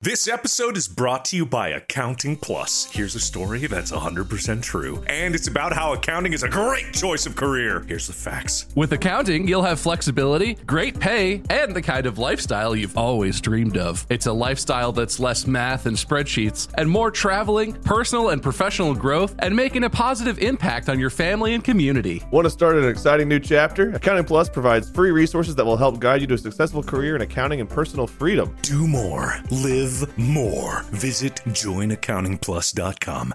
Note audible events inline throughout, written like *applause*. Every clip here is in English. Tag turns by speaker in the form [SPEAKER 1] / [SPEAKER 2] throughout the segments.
[SPEAKER 1] This episode is brought to you by Accounting Plus. Here's a story that's 100% true, and it's about how accounting is a great choice of career. Here's the facts.
[SPEAKER 2] With accounting, you'll have flexibility, great pay, and the kind of lifestyle you've always dreamed of. It's a lifestyle that's less math and spreadsheets and more traveling, personal and professional growth, and making a positive impact on your family and community.
[SPEAKER 3] Want to start an exciting new chapter? Accounting Plus provides free resources that will help guide you to a successful career in accounting and personal freedom.
[SPEAKER 1] Do more, live more. Visit joinaccountingplus.com.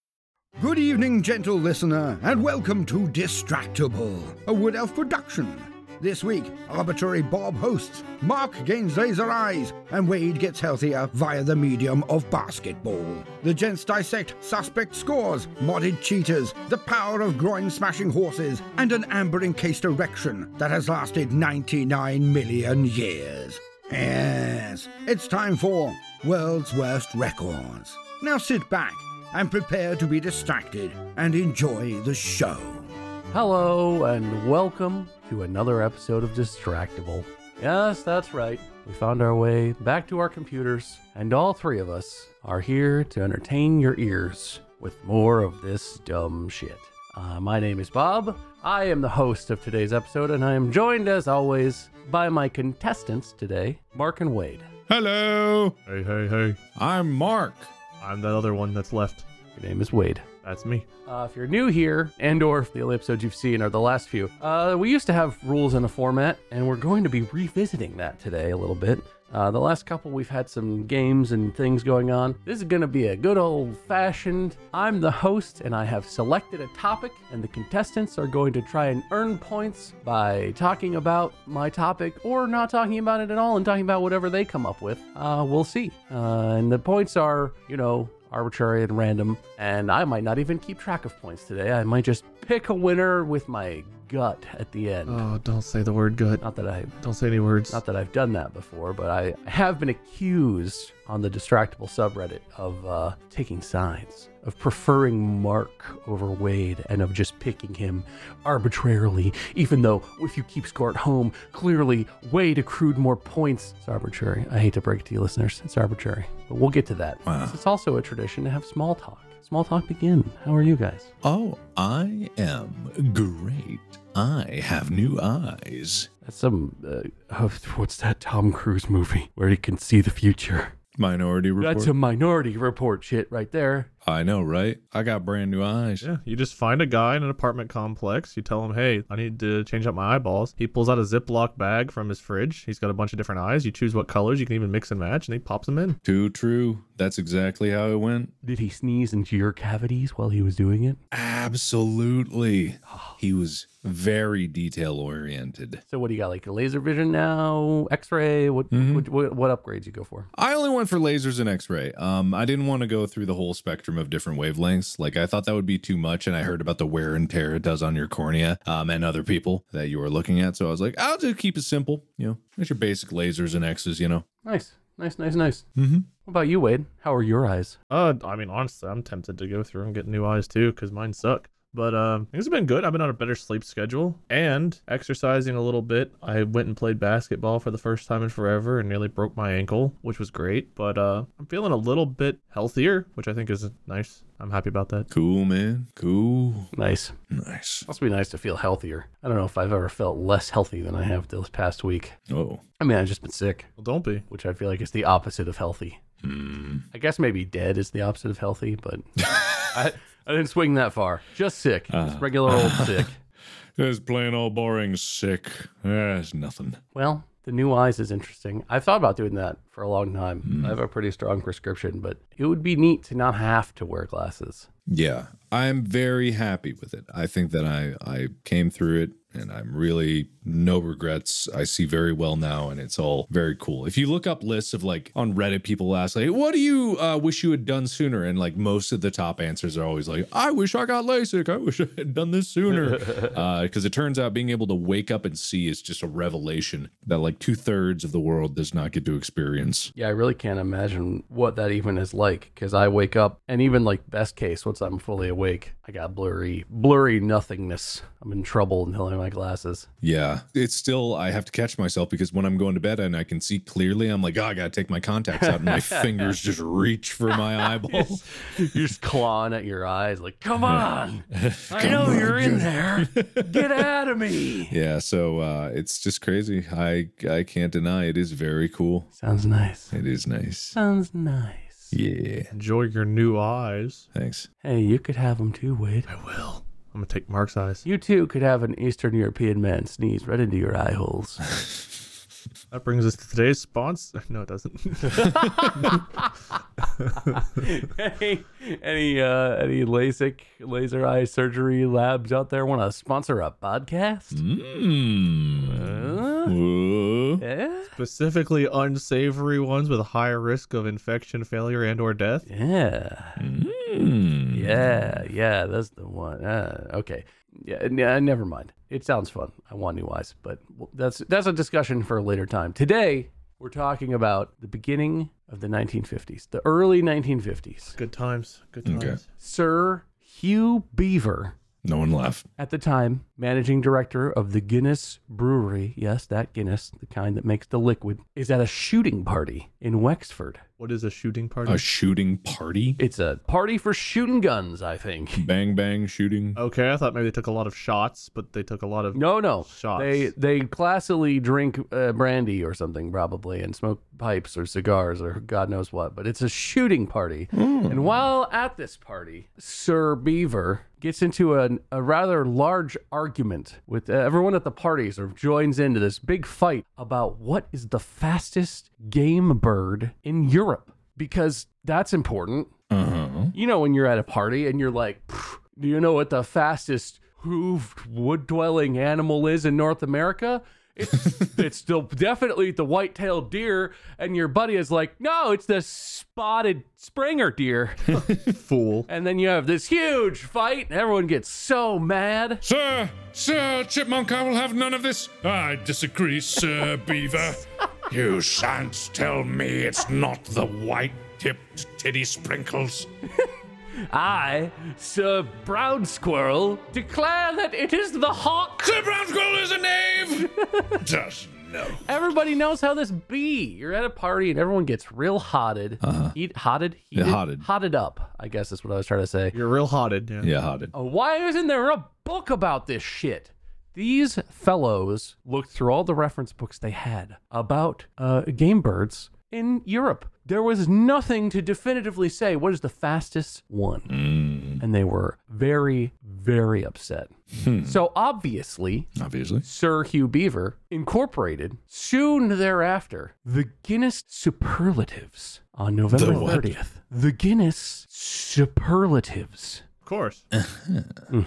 [SPEAKER 4] Good evening, gentle listener, and welcome to Distractable, a Wood Elf production. This week, Arbitrary Bob hosts, Mark gains laser eyes, and Wade gets healthier via the medium of basketball. The gents dissect suspect scores, modded cheaters, the power of groin smashing horses, and an amber encased erection that has lasted 99 million years. Yes, it's time for World's Worst Records. Now sit back and prepare to be distracted and enjoy the show.
[SPEAKER 5] Hello and welcome to another episode of Distractable. Yes, that's right. We found our way back to our computers, and all three of us are here to entertain your ears with more of this dumb shit. Uh, my name is Bob. I am the host of today's episode, and I am joined, as always, by my contestants today, Mark and Wade.
[SPEAKER 6] Hello,
[SPEAKER 3] Hey, hey, hey.
[SPEAKER 6] I'm Mark.
[SPEAKER 3] I'm that other one that's left.
[SPEAKER 5] Your name is Wade.
[SPEAKER 3] That's me.
[SPEAKER 5] Uh, if you're new here, and or if the only episodes you've seen are the last few, uh, we used to have rules in a format, and we're going to be revisiting that today a little bit. Uh, the last couple, we've had some games and things going on. This is going to be a good old fashioned. I'm the host, and I have selected a topic, and the contestants are going to try and earn points by talking about my topic or not talking about it at all and talking about whatever they come up with. Uh, we'll see. Uh, and the points are, you know, arbitrary and random, and I might not even keep track of points today. I might just pick a winner with my gut at the end.
[SPEAKER 6] Oh, don't say the word good.
[SPEAKER 5] Not that I
[SPEAKER 6] Don't say any words.
[SPEAKER 5] not that I've done that before, but I have been accused on the Distractable subreddit of uh, taking sides, of preferring Mark over Wade, and of just picking him arbitrarily, even though if you keep score at home, clearly Wade accrued more points. It's arbitrary. I hate to break it to you, listeners. It's arbitrary. But we'll get to that. It's also a tradition to have small talk. Small talk begin. How are you guys?
[SPEAKER 6] Oh, I am great. I have new eyes.
[SPEAKER 5] That's some, uh, oh, what's that Tom Cruise movie where he can see the future?
[SPEAKER 6] Minority report.
[SPEAKER 5] That's a minority report shit right there.
[SPEAKER 6] I know, right? I got brand new eyes.
[SPEAKER 7] Yeah, you just find a guy in an apartment complex. You tell him, hey, I need to change out my eyeballs. He pulls out a Ziploc bag from his fridge. He's got a bunch of different eyes. You choose what colors. You can even mix and match, and he pops them in.
[SPEAKER 6] Too true. That's exactly how it went.
[SPEAKER 5] Did he sneeze into your cavities while he was doing it?
[SPEAKER 6] Absolutely. He was very detail oriented.
[SPEAKER 5] So what do you got? Like laser vision now, X-ray? What
[SPEAKER 2] Mm-hmm.
[SPEAKER 5] what, what, what upgrades you go for?
[SPEAKER 6] I only went for lasers and X-ray. Um, I didn't want to go through the whole spectrum of different wavelengths. Like I thought that would be too much, and I heard about the wear and tear it does on your cornea, um, and other people that you were looking at. So I was like, I'll just keep it simple. You know, it's your basic lasers and X's. You know,
[SPEAKER 5] Nice,
[SPEAKER 2] Nice, nice, nice. Mm-hmm. What about you, Wade? How are your eyes?
[SPEAKER 7] Uh, I mean, honestly, I'm tempted to go through and get new eyes too, because mine suck. But um, things have been good. I've been on a better sleep schedule and exercising a little bit. I went and played basketball for the first time in forever and nearly broke my ankle, which was great. But uh, I'm feeling a little bit healthier, which I think is nice. I'm happy about that.
[SPEAKER 6] Cool, man. Cool.
[SPEAKER 2] Nice.
[SPEAKER 6] Nice.
[SPEAKER 2] Must be nice to feel healthier. I don't know if I've ever felt less healthy than I have this past week.
[SPEAKER 6] Oh.
[SPEAKER 2] I mean, I've just been sick,
[SPEAKER 7] Well, don't be.
[SPEAKER 2] which I feel like is the opposite of healthy. I guess maybe dead is the opposite of healthy, but I, I didn't swing that far. Just sick. just regular old sick.
[SPEAKER 6] That's plain old boring sick. That's nothing.
[SPEAKER 2] Well, the new eyes is interesting. I've thought about doing that for a long time. I have a pretty strong prescription, but it would be neat to not have to wear glasses.
[SPEAKER 6] Yeah, I'm very happy with it. I think that I I came through it and I'm really no regrets. I see very well now and it's all very cool. If you look up lists of like on Reddit people ask like what do you uh, wish you had done sooner and like most of the top answers are always like I wish I got LASIK. I wish I had done this sooner. uh cuz it turns out being able to wake up and see is just a revelation that like two-thirds of the world does not get to experience.
[SPEAKER 2] Yeah, I really can't imagine what that even is like because I wake up and even like best case, once I'm fully awake, I got blurry, blurry nothingness. I'm in trouble until I have my glasses.
[SPEAKER 6] Yeah. It's still, I have to catch myself because when I'm going to bed and I can see clearly, I'm like, oh, I got to take my contacts out and my fingers just reach for my eyeball.
[SPEAKER 2] *laughs* You're just clawing at your eyes, like, come *laughs* on. I know you're in there. *laughs* Get out of me.
[SPEAKER 6] Yeah. So uh, it's just crazy. I, I can't deny it is very cool.
[SPEAKER 2] Sounds nice.
[SPEAKER 6] It is nice.
[SPEAKER 2] Sounds nice.
[SPEAKER 6] Yeah.
[SPEAKER 7] Enjoy your new eyes.
[SPEAKER 6] Thanks.
[SPEAKER 2] Hey, you could have them too, Wade.
[SPEAKER 7] I will. I'm gonna take Mark's eyes.
[SPEAKER 2] You too could have an Eastern European man sneeze right into your eye holes. *laughs*
[SPEAKER 7] That brings us to today's sponsor. *laughs* No, it doesn't.
[SPEAKER 2] any any uh, any LASIK laser eye surgery labs out there want to sponsor a podcast?
[SPEAKER 6] Mm. Whoa.
[SPEAKER 2] Yeah.
[SPEAKER 7] Specifically, unsavory ones with a higher risk of infection, failure, and/or death.
[SPEAKER 2] Yeah.
[SPEAKER 6] Mm.
[SPEAKER 2] Yeah. Yeah. That's the one. Uh, okay. Yeah. n- uh, Never mind. It sounds fun. I want new eyes, but w- that's that's a discussion for a later time. Today we're talking about the beginning of the 1950s, the early 1950s.
[SPEAKER 7] Good times. Good times.
[SPEAKER 6] Okay.
[SPEAKER 2] Sir Hugh Beaver
[SPEAKER 6] No one laugh.
[SPEAKER 2] at the time managing director of the Guinness Brewery, yes, that Guinness, the kind that makes the liquid, is at a shooting party in Wexford.
[SPEAKER 7] What is a shooting party?
[SPEAKER 6] A shooting party?
[SPEAKER 2] It's a party for shooting guns, I think.
[SPEAKER 6] Bang, bang, shooting.
[SPEAKER 7] okay, I thought maybe they took a lot of shots, but they took a lot of
[SPEAKER 2] No, no.
[SPEAKER 7] Shots.
[SPEAKER 2] They they classily drink uh, brandy or something probably and smoke pipes or cigars or god knows what, but it's a shooting party.
[SPEAKER 7] Hmm.
[SPEAKER 2] And while at this party, Sir Beaver gets into an, a rather large argument with uh, everyone at the party sort of joins into this big fight about what is the fastest game bird in Europe because that's important.
[SPEAKER 6] Uh huh.
[SPEAKER 2] You know, when you're at a party and you're like, "Pfft, do you know what the fastest hooved wood dwelling animal is in North America? It's, it's still definitely the white tailed deer. And your buddy is like, no, it's the spotted Springer deer.
[SPEAKER 7] fool.
[SPEAKER 2] and then you have this huge fight, and everyone gets so mad.
[SPEAKER 6] Sir, sir, Chipmunk, I will have none of this. I disagree, Sir Beaver. you shan't tell me it's not the white tipped titty sprinkles.
[SPEAKER 2] I, Sir Brown Squirrel, declare that it is the hawk.
[SPEAKER 6] Sir Brown Squirrel is a knave! *laughs* Just no.
[SPEAKER 2] Everybody knows how this be. You're at a party and everyone gets real hotted. Uh-huh. Eat hotted, heated,
[SPEAKER 6] hotted.
[SPEAKER 2] hotted up. I guess is what I was trying to say.
[SPEAKER 7] You're real hotted. Yeah.
[SPEAKER 6] Yeah, hotted.
[SPEAKER 2] Uh, Why isn't there a book about this shit? These fellows looked through all the reference books they had about uh, game birds in Europe. There was nothing to definitively say what is the fastest one.
[SPEAKER 6] Mm.
[SPEAKER 2] And they were very, very upset. So obviously,
[SPEAKER 6] Hmm. Obviously.
[SPEAKER 2] Sir Hugh Beaver incorporated soon thereafter the Guinness Superlatives on November
[SPEAKER 6] The what?
[SPEAKER 2] 30th. The Guinness Superlatives.
[SPEAKER 7] Of course.
[SPEAKER 2] Mm-hmm.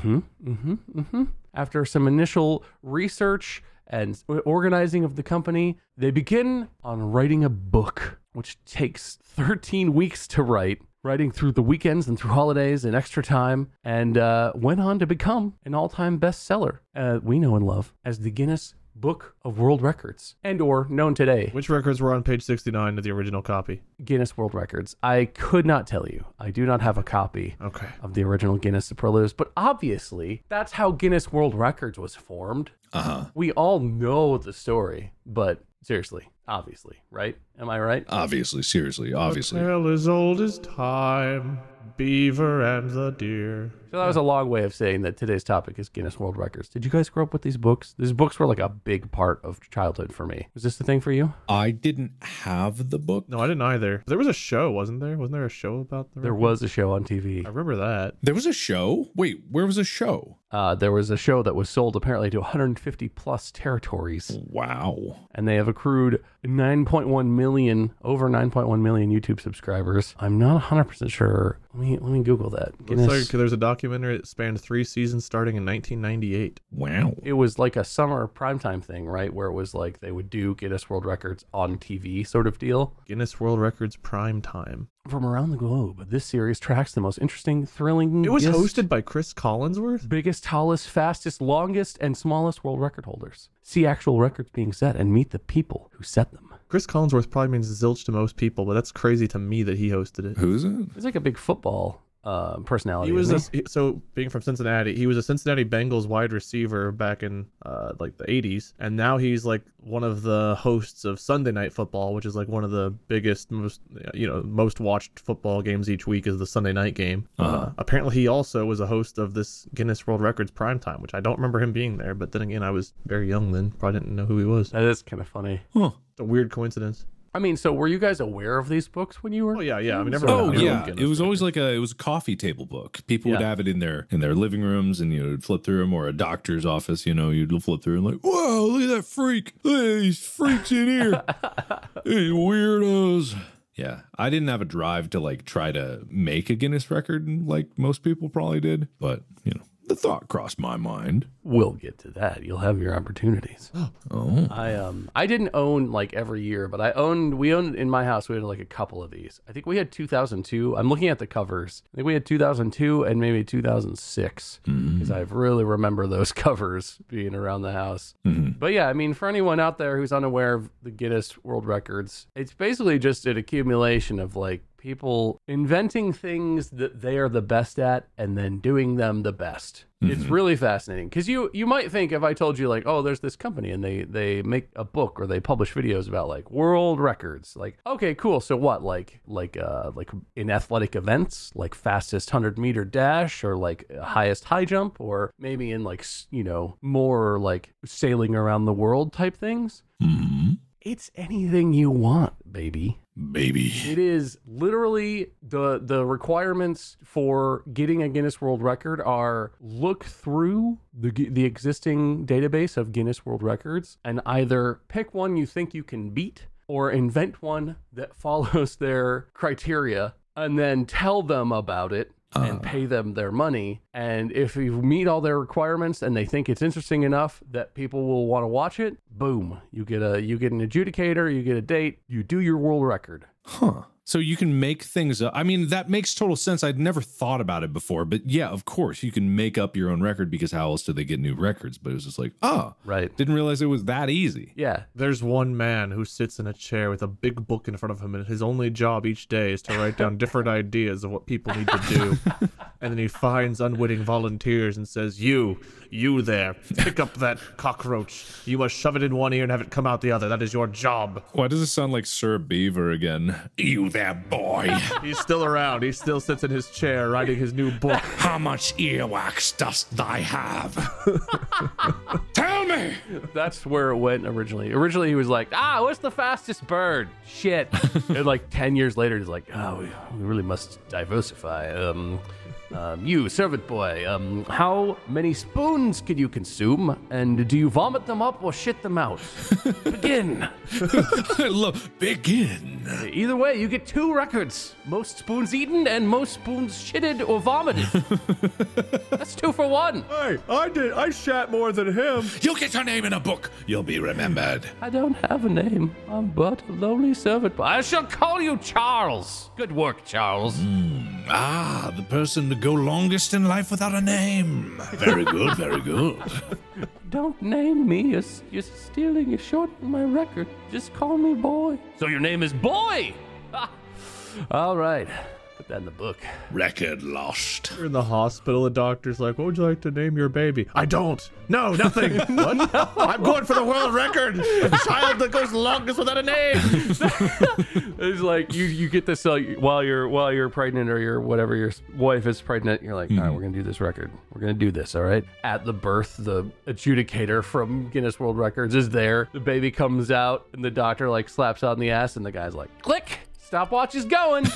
[SPEAKER 2] Mm-hmm. Mm-hmm. After some initial research and organizing of the company, they begin on writing a book, which takes 13 weeks to write, writing through the weekends and through holidays and extra time, and uh, went on to become an all-time bestseller uh, we know and love as the Guinness Book of World Records and or known today
[SPEAKER 7] Which records were on page 69 of the original copy?
[SPEAKER 2] Guinness World Records. I could not tell you. I do not have a copy
[SPEAKER 7] Okay.
[SPEAKER 2] of the original Guinness Superlatives, but obviously that's how Guinness World Records was formed.
[SPEAKER 6] Uh huh.
[SPEAKER 2] We all know the story, but seriously, obviously, right? Am I right?
[SPEAKER 6] Obviously, seriously, obviously.
[SPEAKER 7] Tale as old as time, beaver and the deer.
[SPEAKER 2] So that was a long way of saying that today's topic is Guinness World Records. Did you guys grow up with these books? These books were like a big part of childhood for me. Was this the thing for you?
[SPEAKER 6] I didn't have the book.
[SPEAKER 7] No, I didn't either. There was a show, wasn't there? Wasn't there a show about the
[SPEAKER 2] There
[SPEAKER 7] record?
[SPEAKER 2] was a show on
[SPEAKER 7] I
[SPEAKER 2] TV.
[SPEAKER 7] remember that.
[SPEAKER 6] There was a show. Wait, where was a show?
[SPEAKER 2] Uh, there was a show that was sold apparently to 150 plus territories,
[SPEAKER 6] Wow.
[SPEAKER 2] and they have accrued 9.1 million, over 9.1 million YouTube subscribers. I'm not 100% sure. Let me let me Google that.
[SPEAKER 7] Looks
[SPEAKER 2] Guinness.
[SPEAKER 7] like there's a documentary that spanned three seasons starting in 1998.
[SPEAKER 6] Wow.
[SPEAKER 2] it was like a summer primetime thing, right? Where it was like they would do Guinness World Records on TV sort of deal.
[SPEAKER 7] Guinness World Records Prime Time.
[SPEAKER 2] From around the globe, this series tracks the most interesting, thrilling.
[SPEAKER 7] It was hosted by Chris Collinsworth.
[SPEAKER 2] Biggest, tallest, fastest, longest, and smallest world record holders. See actual records being set and meet the people who set them.
[SPEAKER 7] Chris Collinsworth probably means zilch to most people, but that's crazy to me that he hosted it.
[SPEAKER 6] Who's it?
[SPEAKER 2] He's like a big football uh, personality.
[SPEAKER 7] He was
[SPEAKER 2] isn't
[SPEAKER 7] a, he- so being from Cincinnati, he was a Cincinnati Bengals wide receiver back in uh, like the 80s, and now he's like one of the hosts of Sunday Night Football, which is like one of the biggest, most you know, most watched football games each week is the Sunday night game. uh
[SPEAKER 6] Uh-huh.
[SPEAKER 7] apparently, he also was a host of this Guinness World Records primetime, which I don't remember him being there. But then again, I was very young then, probably didn't know who he was.
[SPEAKER 2] That is kind of funny.
[SPEAKER 7] It's a weird coincidence.
[SPEAKER 2] I mean, so were you guys aware of these books when you were?
[SPEAKER 7] Oh yeah, yeah. I mean, everyone
[SPEAKER 6] Oh
[SPEAKER 7] knew
[SPEAKER 6] yeah,
[SPEAKER 7] Guinness
[SPEAKER 6] it was
[SPEAKER 7] World
[SPEAKER 6] always like a it was a coffee table book. People would
[SPEAKER 2] Yeah.
[SPEAKER 6] have it in their in their living rooms, and you would flip through them, or a doctor's office. You know, you'd flip through and like, whoa, look at that freak! Hey, these freaks in here, *laughs* hey, weirdos. Yeah, I didn't have a drive to like try to make a Guinness record like most people probably did, but you know, the thought crossed my mind.
[SPEAKER 2] We'll get to that. You'll have your opportunities.
[SPEAKER 6] Oh,
[SPEAKER 2] I um I didn't own like every year, but I owned we owned in my house we had like a couple of these. I think we had 2002. I'm looking at the covers. I think we had 2002 and maybe 2006 because I really remember those *laughs* covers being around the house. But yeah, I mean for anyone out there who's unaware of the Guinness World Records, it's basically just an accumulation of like people inventing things that they are the best at and then doing them the best. It's really fascinating because you you might think if I told you like oh there's this company and they they make a book or they publish videos about like world records like okay cool so what like like uh like in athletic events like fastest hundred meter dash or like highest high jump or maybe in like s- you know more like sailing around the world type things
[SPEAKER 6] Mhm.
[SPEAKER 2] it's anything you want baby
[SPEAKER 6] baby,
[SPEAKER 2] it is literally the the requirements for getting a Guinness World Record are look through the gu- the existing database of Guinness World Records and either pick one you think you can beat or invent one that *laughs* follows their criteria and then tell them about it and pay them their money. And if you meet all their requirements and they think it's interesting enough that people will want to watch it, boom, you get a you get an adjudicator, you get a date, you do your world record.
[SPEAKER 6] huh? So you can make things up. I mean, that makes total sense. I'd never thought about it before, but yeah, of course you can make up your own record because how else do they get new records? But it was just like, oh,
[SPEAKER 2] Right.
[SPEAKER 6] Didn't realize it was that easy.
[SPEAKER 2] Yeah.
[SPEAKER 7] There's one man who sits in a chair with a big book in front of him, and his only job each day is to write down different ideas of what people need to *laughs* do. and then he finds unwitting volunteers and says, You, you there, pick up that cockroach. You must shove it in one ear and have it come out the other. That is your job.
[SPEAKER 6] Why does this sound like Sir Beaver again? *laughs* You there,
[SPEAKER 2] *laughs*
[SPEAKER 6] boy?
[SPEAKER 7] He's still around. He still sits in his chair writing his new book.
[SPEAKER 6] How much earwax dost thy have? Tell me!
[SPEAKER 2] That's where it went originally. Originally, he was like, ah, what's the fastest bird? Shit. and like 10 years later, he's like, oh, we, we really must diversify. Um, um, you, servant boy, um, how many spoons can you consume? And do you vomit them up or shit them out? Begin.
[SPEAKER 6] I love begin.
[SPEAKER 2] Either way, you get two records most spoons eaten and most spoons shitted or
[SPEAKER 6] *laughs*
[SPEAKER 2] vomited. That's two for one.
[SPEAKER 7] Hey, I did. I shat more than him.
[SPEAKER 6] You'll get your name in a book. You'll be remembered.
[SPEAKER 2] I don't have a name. I'm but a lonely servant. I shall call you Charles. Good work, Charles.
[SPEAKER 6] Ah, the person to go longest in life without a name. Very good, very good.
[SPEAKER 2] *laughs* Don't name me. You're, s- you're stealing. You're shorting my record. Just call me Boy. So your name is Boy. *laughs* Ha! All right. Put that in the book.
[SPEAKER 6] Record lost.
[SPEAKER 7] You're in the hospital. The doctor's like, "What would you like to name your baby?" I don't. No, *laughs* nothing. what? I'm going for the world record. The child that goes longest without a name.
[SPEAKER 2] It's like you, you get this uh, while you're while you're pregnant or your whatever your s- wife is pregnant. You're like, all right, we're gonna do this record. We're gonna do this. All right. At the birth, the adjudicator from Guinness World Records is there. The baby comes out, and the doctor like slaps on the ass, and the guy's like, click. Stopwatch is going.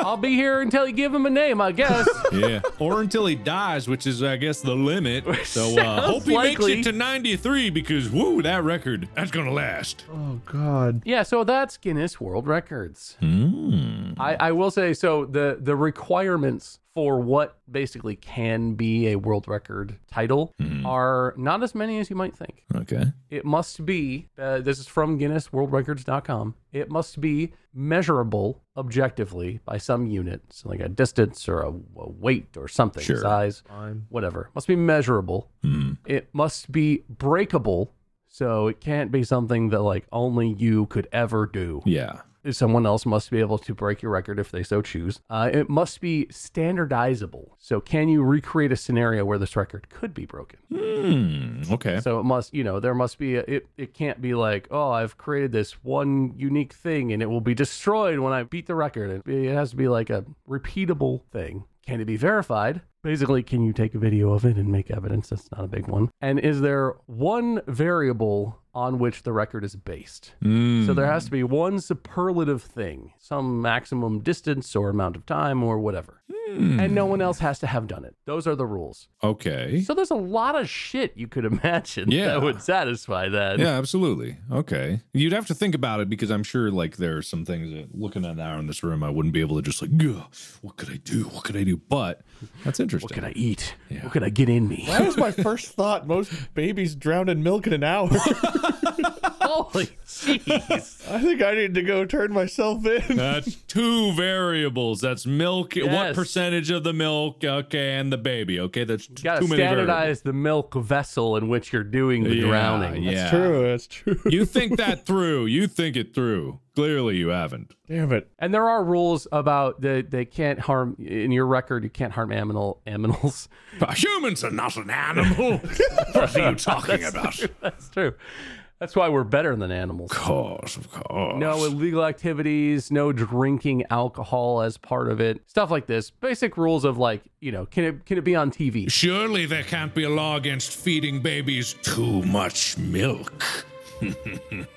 [SPEAKER 2] I'll be here until you give him a name, I guess.
[SPEAKER 6] Yeah. or until he dies, which is, I guess, the limit. So uh,
[SPEAKER 2] Sounds
[SPEAKER 6] hope he
[SPEAKER 2] likely.
[SPEAKER 6] makes it to 93 because, woo, that record, that's going to last.
[SPEAKER 7] Oh God.
[SPEAKER 2] yeah, so that's Guinness World Records.
[SPEAKER 6] Hmm.
[SPEAKER 2] I, I will say so the the requirements for what basically can be a world record title are not as many as you might think.
[SPEAKER 6] Hmm. Okay.
[SPEAKER 2] It must be, uh, this is from GuinnessWorldRecords.com, it must be measurable objectively by some unit, so like a distance or a, a weight or something,
[SPEAKER 6] Sure. Hmm.
[SPEAKER 2] size,
[SPEAKER 7] Fine.
[SPEAKER 2] whatever. Must be measurable. It must be breakable, so it can't be something that like only you could ever do.
[SPEAKER 6] Yeah.
[SPEAKER 2] Someone else must be able to break your record if they so choose. Uh, it must be standardizable, so can you recreate a scenario where this record could be broken?
[SPEAKER 6] Hmm. Okay.
[SPEAKER 2] So it must, you know, there must be a, it. It can't be like, oh, I've created this one unique thing and it will be destroyed when I beat the record. It, it has to be like a repeatable thing. Can it be verified? Basically, can you take a video of it and make evidence? That's not a big one. And is there one variable on which the record is based?
[SPEAKER 6] Mm.
[SPEAKER 2] So there has to be one superlative thing, some maximum distance or amount of time or whatever.
[SPEAKER 6] Hmm.
[SPEAKER 2] And no one else has to have done it. Those are the rules.
[SPEAKER 6] Okay.
[SPEAKER 2] So there's a lot of shit you could *laughs* imagine
[SPEAKER 6] Yeah.
[SPEAKER 2] that would satisfy that.
[SPEAKER 6] Yeah, absolutely. Okay. You'd have to think about it because I'm sure like there are some things that looking at now in this room I wouldn't be able to just like, "Ugh, what could I do? What could I do? But that's interesting.
[SPEAKER 2] What can I eat? What can I get in me?
[SPEAKER 7] That
[SPEAKER 2] *laughs*
[SPEAKER 7] was my first thought. Most babies drown in milk in an hour. *laughs*
[SPEAKER 2] Holy jeez.
[SPEAKER 7] I think I need to go turn myself in.
[SPEAKER 6] That's two variables. That's milk. What
[SPEAKER 2] Yes.
[SPEAKER 6] percentage of the milk? Okay, and the baby. Okay, that's t-
[SPEAKER 2] Gotta
[SPEAKER 6] too many variables.
[SPEAKER 2] standardize the milk vessel in which you're doing the
[SPEAKER 6] Yeah,
[SPEAKER 2] drowning.
[SPEAKER 6] Yeah,
[SPEAKER 7] Oh, That's true.
[SPEAKER 6] *laughs* you think that through. You think it through. Clearly, you haven't.
[SPEAKER 7] Damn it.
[SPEAKER 2] And there are rules about the they can't harm in your record. You can't harm aminal aminals.
[SPEAKER 6] Humans are not an *laughs* animal. what are you talking about?
[SPEAKER 2] That's true. That's why we're better than animals.
[SPEAKER 6] Of course, of course.
[SPEAKER 2] No illegal activities, no drinking alcohol as part of it. Stuff like this. Basic rules of like, you know, can it can it be on TV?
[SPEAKER 6] Surely there can't be a law against feeding babies too much milk.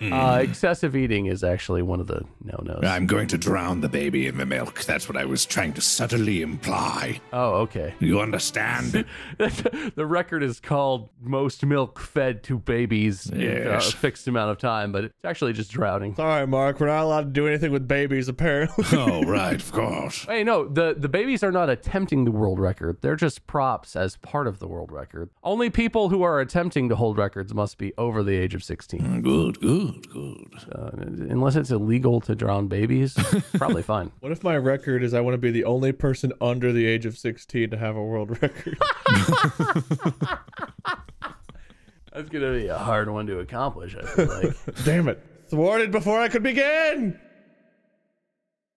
[SPEAKER 2] Uh, excessive eating is actually one of the no nos.
[SPEAKER 6] I'm going to drown the baby in the milk. That's what I was trying to subtly imply.
[SPEAKER 2] Oh, okay.
[SPEAKER 6] You understand?
[SPEAKER 2] the record is called most milk fed to babies in uh, a
[SPEAKER 6] Yes.
[SPEAKER 2] fixed amount of time, but it's actually just drowning.
[SPEAKER 7] Sorry, Mark. We're not allowed to do anything with babies, apparently.
[SPEAKER 6] oh, right, of course.
[SPEAKER 2] Hey, no, the, the babies are not attempting the world record. They're just props as part of the world record. Only people who are attempting to hold records must be over the age of 16.
[SPEAKER 8] Mm,
[SPEAKER 6] Good, good, good.
[SPEAKER 2] Uh, unless it's illegal to drown
[SPEAKER 8] *laughs*
[SPEAKER 2] babies, probably fine.
[SPEAKER 7] What if my record is I want to be the only person under the age of 16 to have a world record?
[SPEAKER 2] That's going to be a hard one to accomplish, I feel like.
[SPEAKER 7] *laughs* Damn it. Thwarted before I could begin!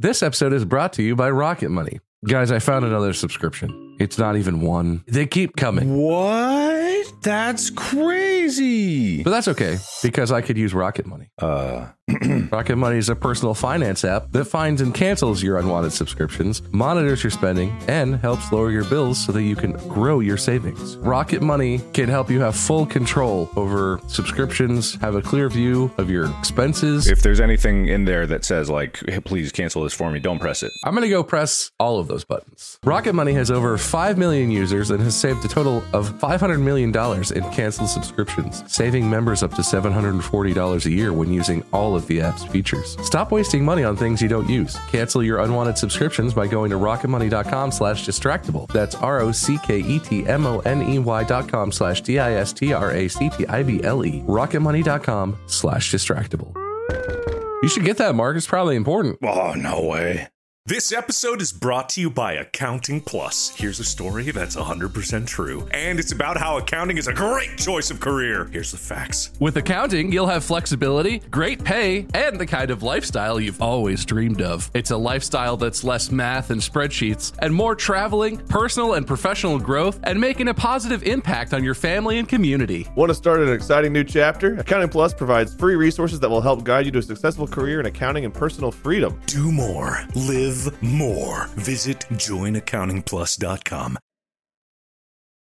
[SPEAKER 8] This episode is brought to you by Rocket Money. Guys, I found another subscription.
[SPEAKER 2] It's not even one. They keep coming.
[SPEAKER 1] What? That's crazy.
[SPEAKER 2] But that's okay because I could use Rocket Money.
[SPEAKER 1] Uh,
[SPEAKER 2] Rocket Money is a personal finance app that finds and cancels your unwanted subscriptions, monitors your spending, and helps lower your bills so that you can grow your savings. Rocket Money can help you have full control over subscriptions, have a clear view of your expenses.
[SPEAKER 1] if there's anything in there that says like, "Hey, please cancel this for me, don't press it.
[SPEAKER 2] I'm going to go press all of those buttons. Rocket Money has over 5 million users and has saved a total of $500 million in canceled subscriptions, saving members up to $740 a year when using all of the app's features. Stop wasting money on things you don't use. Cancel your unwanted subscriptions by going to rocketmoney.com slash distractable. That's E R-O-C-K-E-T-M-O-N-E-Y dot com slash D-I-S-T-R-A-C-T-I-B-L-E. Rocketmoney.com slash distractable. You should get that, Mark. It's probably important.
[SPEAKER 1] Oh, no way. This episode is brought to you by Accounting Plus. Here's a story that's 100% true, and it's about how accounting is a great choice of career. Here's the facts.
[SPEAKER 2] With accounting, you'll have flexibility, great pay, and the kind of lifestyle you've always dreamed of. It's a lifestyle that's less math and spreadsheets and more traveling, personal and professional growth, and making a positive impact on your family and community.
[SPEAKER 3] Want to start an exciting new chapter? Accounting Plus provides free resources that will help guide you to a successful career in accounting and personal freedom.
[SPEAKER 1] Do more, live more. Visit joinaccountingplus.com.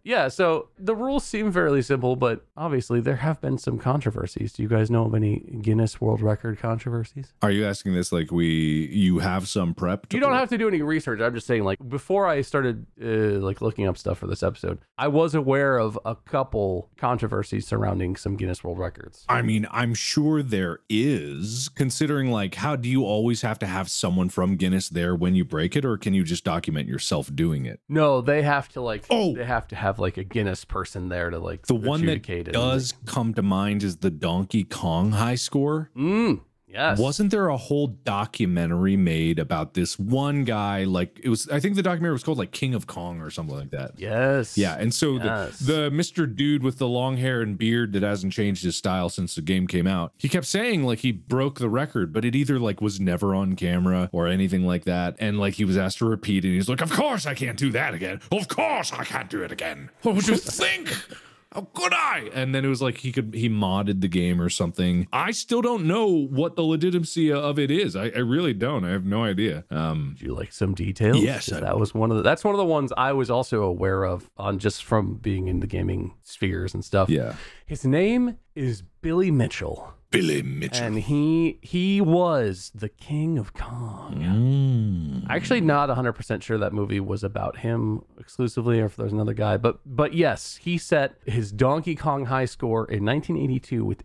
[SPEAKER 5] Yeah, so the rules seem fairly simple, but obviously there have been some controversies. Do you guys know of any Guinness World Record controversies?
[SPEAKER 6] Are you asking this like we you have some prep?
[SPEAKER 5] You don't have to do any research. I'm just saying, like before I started uh, like looking up stuff for this episode, I was aware of a couple controversies surrounding some Guinness World Records.
[SPEAKER 6] I mean, I'm sure there is. Considering like how do you always have to have someone from Guinness there when you break it or can you just document yourself doing it?
[SPEAKER 5] No, they have to like
[SPEAKER 6] Oh.
[SPEAKER 5] they have to have like a Guinness person there to like
[SPEAKER 6] The one that
[SPEAKER 5] adjudicate it.
[SPEAKER 6] does come to mind is the Donkey Kong high score.
[SPEAKER 5] Mm, yes.
[SPEAKER 6] Wasn't there a whole documentary made about this one guy? Like it was, I think the documentary was called like King of Kong or something like that.
[SPEAKER 5] Yes.
[SPEAKER 6] Yeah, and so
[SPEAKER 5] Yes.
[SPEAKER 6] the, the Mr. Dude with the long hair and beard that hasn't changed his style since the game came out, he kept saying like he broke the record, but it either like was never on camera or anything like that. And like he was asked to repeat it, and he's like, Of course I can't do that again. Of course I can't do it again. What would you think? How could I? And then it was like he could he modded the game or something. I still don't know what the legitimacy of it is. I, I really don't. I have no idea. Um
[SPEAKER 5] Would you like some details?
[SPEAKER 6] Yes,
[SPEAKER 5] Because
[SPEAKER 6] I
[SPEAKER 5] that was one of the. That's one of the ones I was also aware of on just from being in the gaming spheres and stuff.
[SPEAKER 6] yeah.
[SPEAKER 5] His name is Billy Mitchell,
[SPEAKER 6] Billy Mitchell.
[SPEAKER 5] and he he was the King of Kong.
[SPEAKER 6] Mm.
[SPEAKER 5] Actually, not 100 percent sure that movie was about him exclusively, or if there's another guy. But but yes, he set his Donkey Kong high score in 1982 with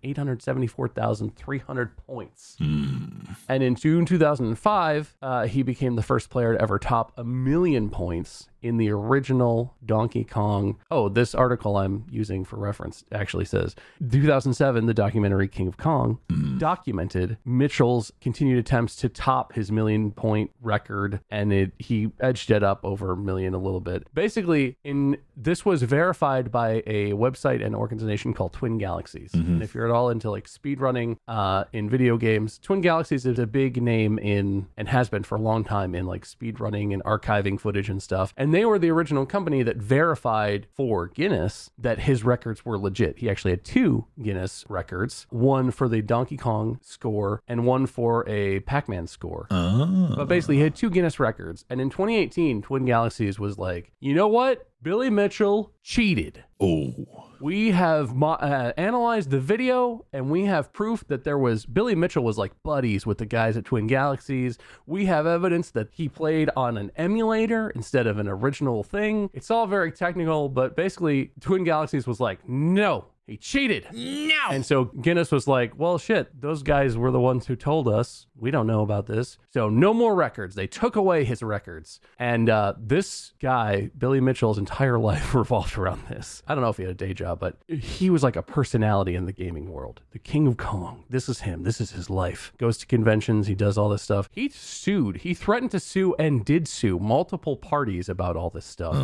[SPEAKER 5] 874,300 points. And in June 2005, uh, he became the first player to ever top a million points in the original Donkey Kong. Oh, this article I'm using for reference actually says 2007, the documentary King of Kong documented Mitchell's continued attempts to top his million point record, and it he edged it up over a million a little bit. Basically, in this was verified by a website and organization called Twin Galaxies. And if you're at all into like speedrunning uh, in video games, Twin Galaxies is a big name in and has been for a long time in like speedrunning and archiving footage and stuff. And they were the original company that verified for Guinness that his records were legit. He actually had two Guinness records, one for the Donkey Kong score and one for a Pac-Man score. But basically, he had two Guinness records. And in 2018, Twin Galaxies was like, you know what? Billy Mitchell cheated.
[SPEAKER 6] oh.
[SPEAKER 5] We have mo- uh, analyzed the video and we have proof that there was Billy Mitchell was like buddies with the guys at Twin Galaxies. We have evidence that he played on an emulator instead of an original thing. It's all very technical, but basically, Twin Galaxies was like, no. He cheated. No. And so Guinness was like, well, shit, those guys were the ones who told us. We don't know about this. So no more records. They took away his records. And uh, this guy, Billy Mitchell's entire *laughs* life revolved around this. I don't know if he had a day job, but he was like a personality in the gaming world. The King of Kong. This is him. This is his life. Goes to conventions. He does all this stuff. He sued. He threatened to sue and did sue multiple parties about all this stuff.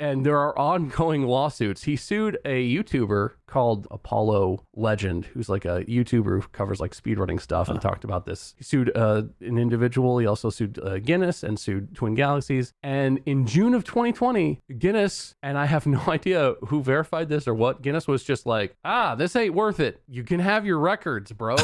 [SPEAKER 5] and there are *laughs* ongoing lawsuits. He sued a YouTuber called Apollo Legend, who's like a YouTuber who covers like speedrunning stuff and talked about this. He sued uh, an individual. He also sued uh, Guinness and sued Twin Galaxies. And in June of 2020, Guinness, and I have *laughs* no idea who verified this or what, Guinness was just like, ah, this ain't worth it. You can have your records, bro.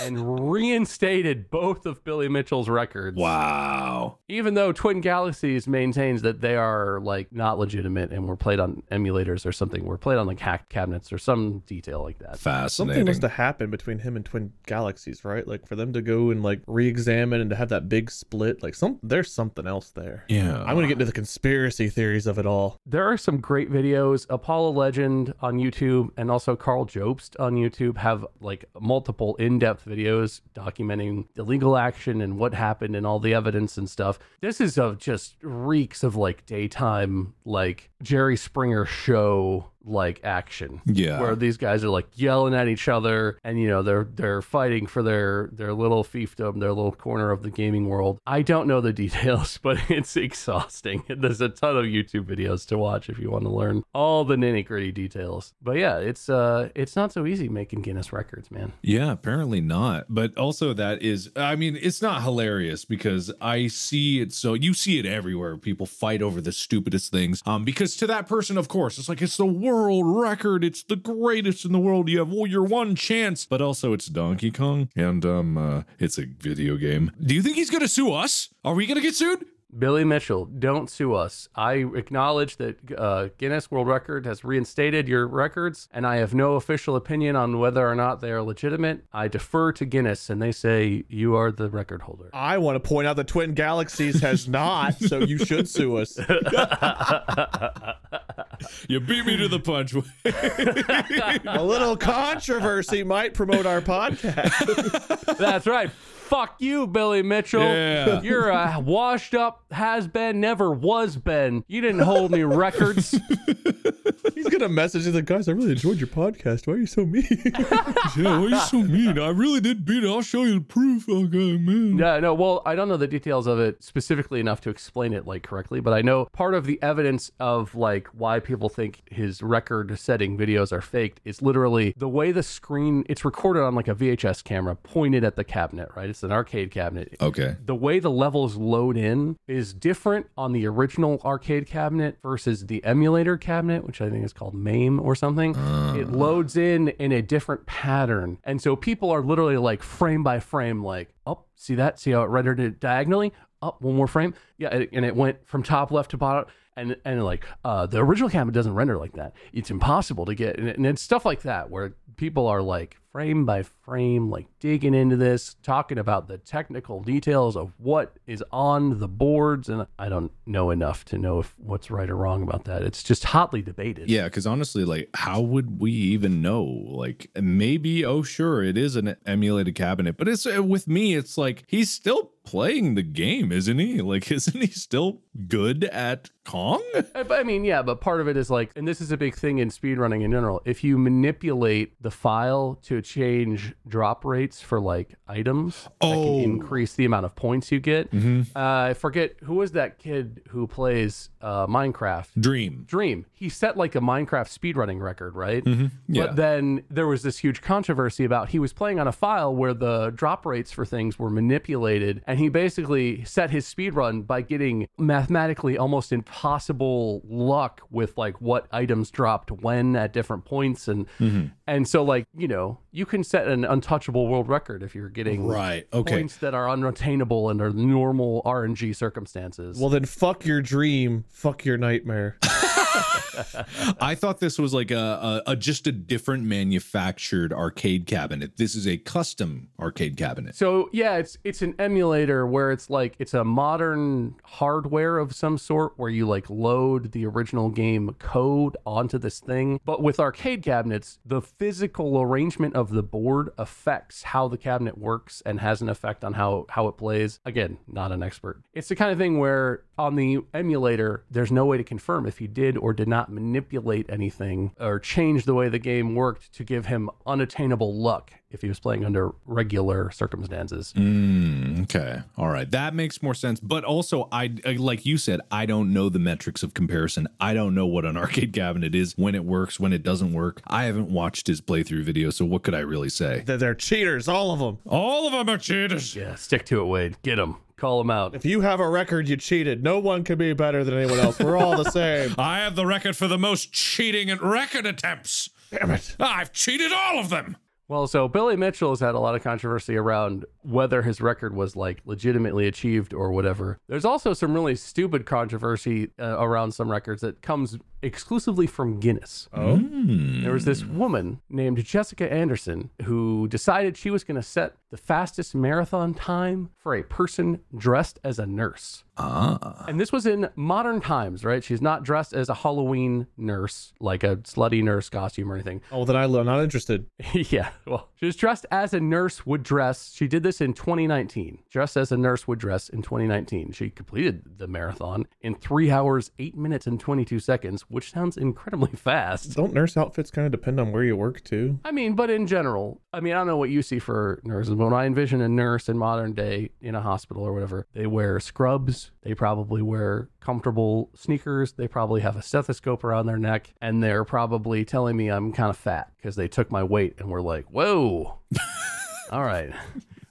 [SPEAKER 5] and reinstated both of Billy Mitchell's records
[SPEAKER 6] Wow.
[SPEAKER 5] even though Twin Galaxies maintains that they are like not legitimate and were played on emulators or something, were played on like hacked cabinets or some detail like that.
[SPEAKER 7] Something
[SPEAKER 6] Fascinating.
[SPEAKER 7] must have happened between him and Twin Galaxies, right? Like for them to go and like re-examine and to have that big split, like some there's something else there.
[SPEAKER 6] Yeah.
[SPEAKER 7] I'm gonna get into the conspiracy theories of it all.
[SPEAKER 5] There are some great videos. Apollo Legend on YouTube and also Carl Jobst on YouTube have like multiple in-depth videos documenting the legal action and what happened and all the evidence and stuff. This is of just reeks of like daytime like Jerry Springer show like action.
[SPEAKER 6] Yeah.
[SPEAKER 5] where these guys are like yelling at each other and you know they're they're fighting for their their little fiefdom their little corner of the gaming world i don't know the *laughs* details but it's exhausting *laughs* there's a ton of youtube videos to watch if you want to learn all the nitty gritty details but yeah it's uh it's not so easy making guinness records man
[SPEAKER 6] Yeah, apparently not. But also that is I mean, it's not hilarious because I see it so you see it everywhere. People fight over the stupidest things. Um, because to that person, of course, it's like it's the world record, it's the greatest in the world. You have well, your one chance. But also it's Donkey Kong and um uh, it's a video game. Do you think he's gonna sue us? Are we gonna get sued?
[SPEAKER 5] Billy Mitchell, don't sue us. I acknowledge that uh, Guinness World Record has reinstated your records, and I have no official opinion on whether or not they are legitimate. I defer to Guinness, and they say you are the record holder.
[SPEAKER 7] I want to point out that Twin Galaxies
[SPEAKER 6] *laughs*
[SPEAKER 7] has not, so you should sue us.
[SPEAKER 6] You beat me to the punch. *laughs*
[SPEAKER 7] A little controversy might promote our
[SPEAKER 6] *laughs*
[SPEAKER 7] podcast.
[SPEAKER 5] *laughs* That's right. Fuck you, Billy Mitchell.
[SPEAKER 6] Yeah.
[SPEAKER 5] You're a washed up has been, never was been. You didn't hold any *laughs* records.
[SPEAKER 7] He's gonna message the guys. I really enjoyed your podcast. Why are you so mean?
[SPEAKER 6] *laughs* yeah, why are you so mean? I really did beat it. I'll show you the proof. Okay,
[SPEAKER 5] *laughs*
[SPEAKER 6] man.
[SPEAKER 5] Yeah, no, well, I don't know the details of it specifically enough to explain it like correctly, but I know part of the evidence of like why people think his record setting videos are faked is literally the way the screen it's recorded on like a VHS camera pointed at the cabinet, right? It's an arcade cabinet.
[SPEAKER 6] Okay.
[SPEAKER 5] The way the levels load in is different on the original arcade cabinet versus the emulator cabinet, which I think is called MAME or something. It loads in in a different pattern. And so people are literally like frame by frame, like, oh, see that? See how it rendered it diagonally? Up one more frame. Yeah. And it, and it went from top left to bottom. And, and like uh, the original cabinet doesn't render like that. It's impossible to get, and, and it's stuff like that where people are like frame by frame, like digging into this, talking about the technical details of what is on the boards. And I don't know enough to know if what's right or wrong about that. It's just hotly debated.
[SPEAKER 6] Yeah, because honestly, like, how would we even know? Like, maybe, oh, sure, it is an emulated cabinet, but it's uh, with me, it's like he's still playing the game, isn't he? Like, *laughs* isn't he still good at Kong?
[SPEAKER 5] Uh, *laughs* But I mean, yeah, but part of it is like, and this is a big thing in speedrunning in general. If you manipulate the file to change drop rates for like items, that
[SPEAKER 6] Oh.
[SPEAKER 5] can increase the amount of points you get. Uh, I forget who was that kid who plays uh, Minecraft.
[SPEAKER 6] Dream.
[SPEAKER 5] Dream. He set like a Minecraft speedrunning record, right?
[SPEAKER 6] Mm-hmm. Yeah.
[SPEAKER 5] But then there was this huge controversy about he was playing on a file where the drop rates for things were manipulated, and he basically set his speedrun by getting mathematically almost impossible luck with like what items dropped when at different points, and
[SPEAKER 6] Mm-hmm.
[SPEAKER 5] and so like you know you can set an untouchable world record if you're getting
[SPEAKER 6] Right. Okay.
[SPEAKER 5] points that are unattainable under normal RNG circumstances.
[SPEAKER 7] well, then fuck your dream. Fuck your nightmare.
[SPEAKER 6] I thought this was like a, a, a just a different manufactured arcade cabinet. This is a custom arcade cabinet.
[SPEAKER 5] So yeah, it's it's an emulator where it's like it's a modern hardware of some sort where you like load the original game code onto this thing. But with arcade cabinets, the physical arrangement of the board affects how the cabinet works and has an effect on how how it plays. Again, not an expert. It's the kind of thing where on the emulator, there's no way to confirm if he did or did not manipulate anything or change the way the game worked to give him unattainable luck if he was playing under regular circumstances.
[SPEAKER 6] Mm, okay. All right. That makes more sense. But also, I I- like you said, I don't know the metrics of comparison. I don't know what an *laughs* arcade cabinet is, when it works, when it doesn't work. I haven't watched his playthrough video, so what could I really say?
[SPEAKER 7] They're, they're cheaters, all of them.
[SPEAKER 6] All of them are cheaters.
[SPEAKER 5] Yeah, stick to it, Wade. Get him. Call him out.
[SPEAKER 7] If you have a record, you cheated. No one can be better than anyone else. We're
[SPEAKER 6] *laughs*
[SPEAKER 7] all the same.
[SPEAKER 6] I have the record for the most cheating and record attempts.
[SPEAKER 7] Damn it.
[SPEAKER 6] I've cheated all of them.
[SPEAKER 5] Well, so Billy Mitchell has had a lot of controversy around whether his record was like legitimately achieved or whatever. There's also some really stupid controversy uh, around some records that comes exclusively from Guinness.
[SPEAKER 7] Oh.
[SPEAKER 6] Hmm.
[SPEAKER 5] There was this woman named Jessica Anderson who decided she was going to set the fastest marathon time for a person dressed as a nurse.
[SPEAKER 6] Ah.
[SPEAKER 5] And this was in modern times, right? She's not dressed as a Halloween nurse, like a slutty nurse costume or anything. *laughs*
[SPEAKER 7] Oh, then I'm not interested.
[SPEAKER 5] yeah. Well, she was dressed as a nurse would dress. She did this in 2019. Dressed as a nurse would dress in 2019. She completed the marathon in three hours, eight minutes, and 22 seconds, which sounds incredibly *laughs* fast.
[SPEAKER 7] Don't nurse outfits kind of depend on where you work too?
[SPEAKER 5] I mean, but in general, I mean, I don't know what you see for nurses, but when I envision a nurse in modern day in a hospital or whatever, they wear scrubs, they probably wear comfortable sneakers, they probably have a stethoscope around their neck, and they're probably telling me I'm kind of fat because they took my weight and were like, whoa, all right.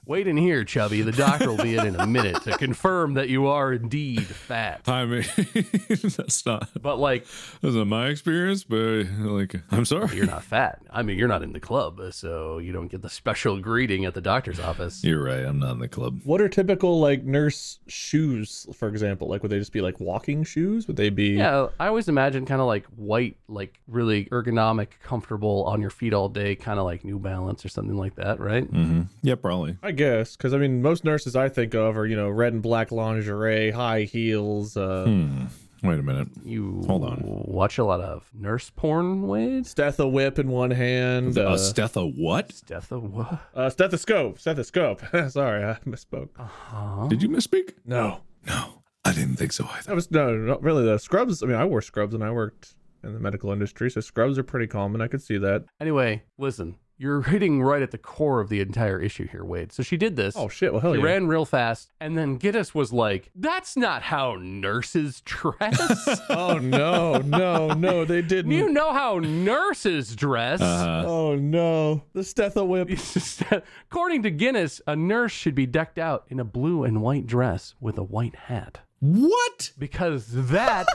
[SPEAKER 5] Wait in here, Chubby. The doctor will be in in a minute to confirm that you are indeed fat.
[SPEAKER 6] I mean, *laughs* that's not
[SPEAKER 5] But, like,
[SPEAKER 6] that's not my experience, but like, I'm sorry.
[SPEAKER 5] you're not fat. I mean, you're not in the club, so you don't get the special greeting at the doctor's office.
[SPEAKER 6] You're right. I'm not in the club.
[SPEAKER 7] What are typical like nurse shoes, for example? Like would they just be like walking shoes? Would they be
[SPEAKER 5] Yeah, I always imagine kind of like white, like really ergonomic, comfortable on your feet all day, kind of like New Balance or something like that, right?
[SPEAKER 6] Mm-hmm. Yeah, probably.
[SPEAKER 7] I guess, because I mean, most nurses I think of are you know red and black lingerie, high heels, uh,
[SPEAKER 6] Hmm. Wait a minute.
[SPEAKER 5] You
[SPEAKER 6] Hold on.
[SPEAKER 5] Watch a lot of nurse porn, Wade.
[SPEAKER 7] stetho whip in one hand,
[SPEAKER 6] a
[SPEAKER 7] uh,
[SPEAKER 6] stetho what?
[SPEAKER 5] Death of what?
[SPEAKER 7] uh, stethoscope, stethoscope. *laughs* Sorry, I misspoke.
[SPEAKER 5] Oh.
[SPEAKER 6] Did you misspeak?
[SPEAKER 7] No,
[SPEAKER 6] No, I didn't think so either.
[SPEAKER 7] that was no, not really. The scrubs. I mean, I wore scrubs and I worked in the medical industry, so scrubs are pretty common. I could see that.
[SPEAKER 5] Anyway, listen, you're *laughs* hitting right at the core of the entire issue here, Wade. So she did this.
[SPEAKER 7] Oh shit! Well, hell
[SPEAKER 5] She
[SPEAKER 7] yeah.
[SPEAKER 5] ran real fast, and then Giddis was like, "That's not how nurses *laughs* dress.
[SPEAKER 7] oh no, no, no! They didn't.
[SPEAKER 5] you know how nurses dress."
[SPEAKER 6] Uh-huh.
[SPEAKER 7] Oh no, the stetho
[SPEAKER 5] *laughs*
[SPEAKER 7] whip.
[SPEAKER 5] It's just that- According to Guinness, a nurse should be decked out in a blue and white dress with a white hat
[SPEAKER 6] What?
[SPEAKER 5] because that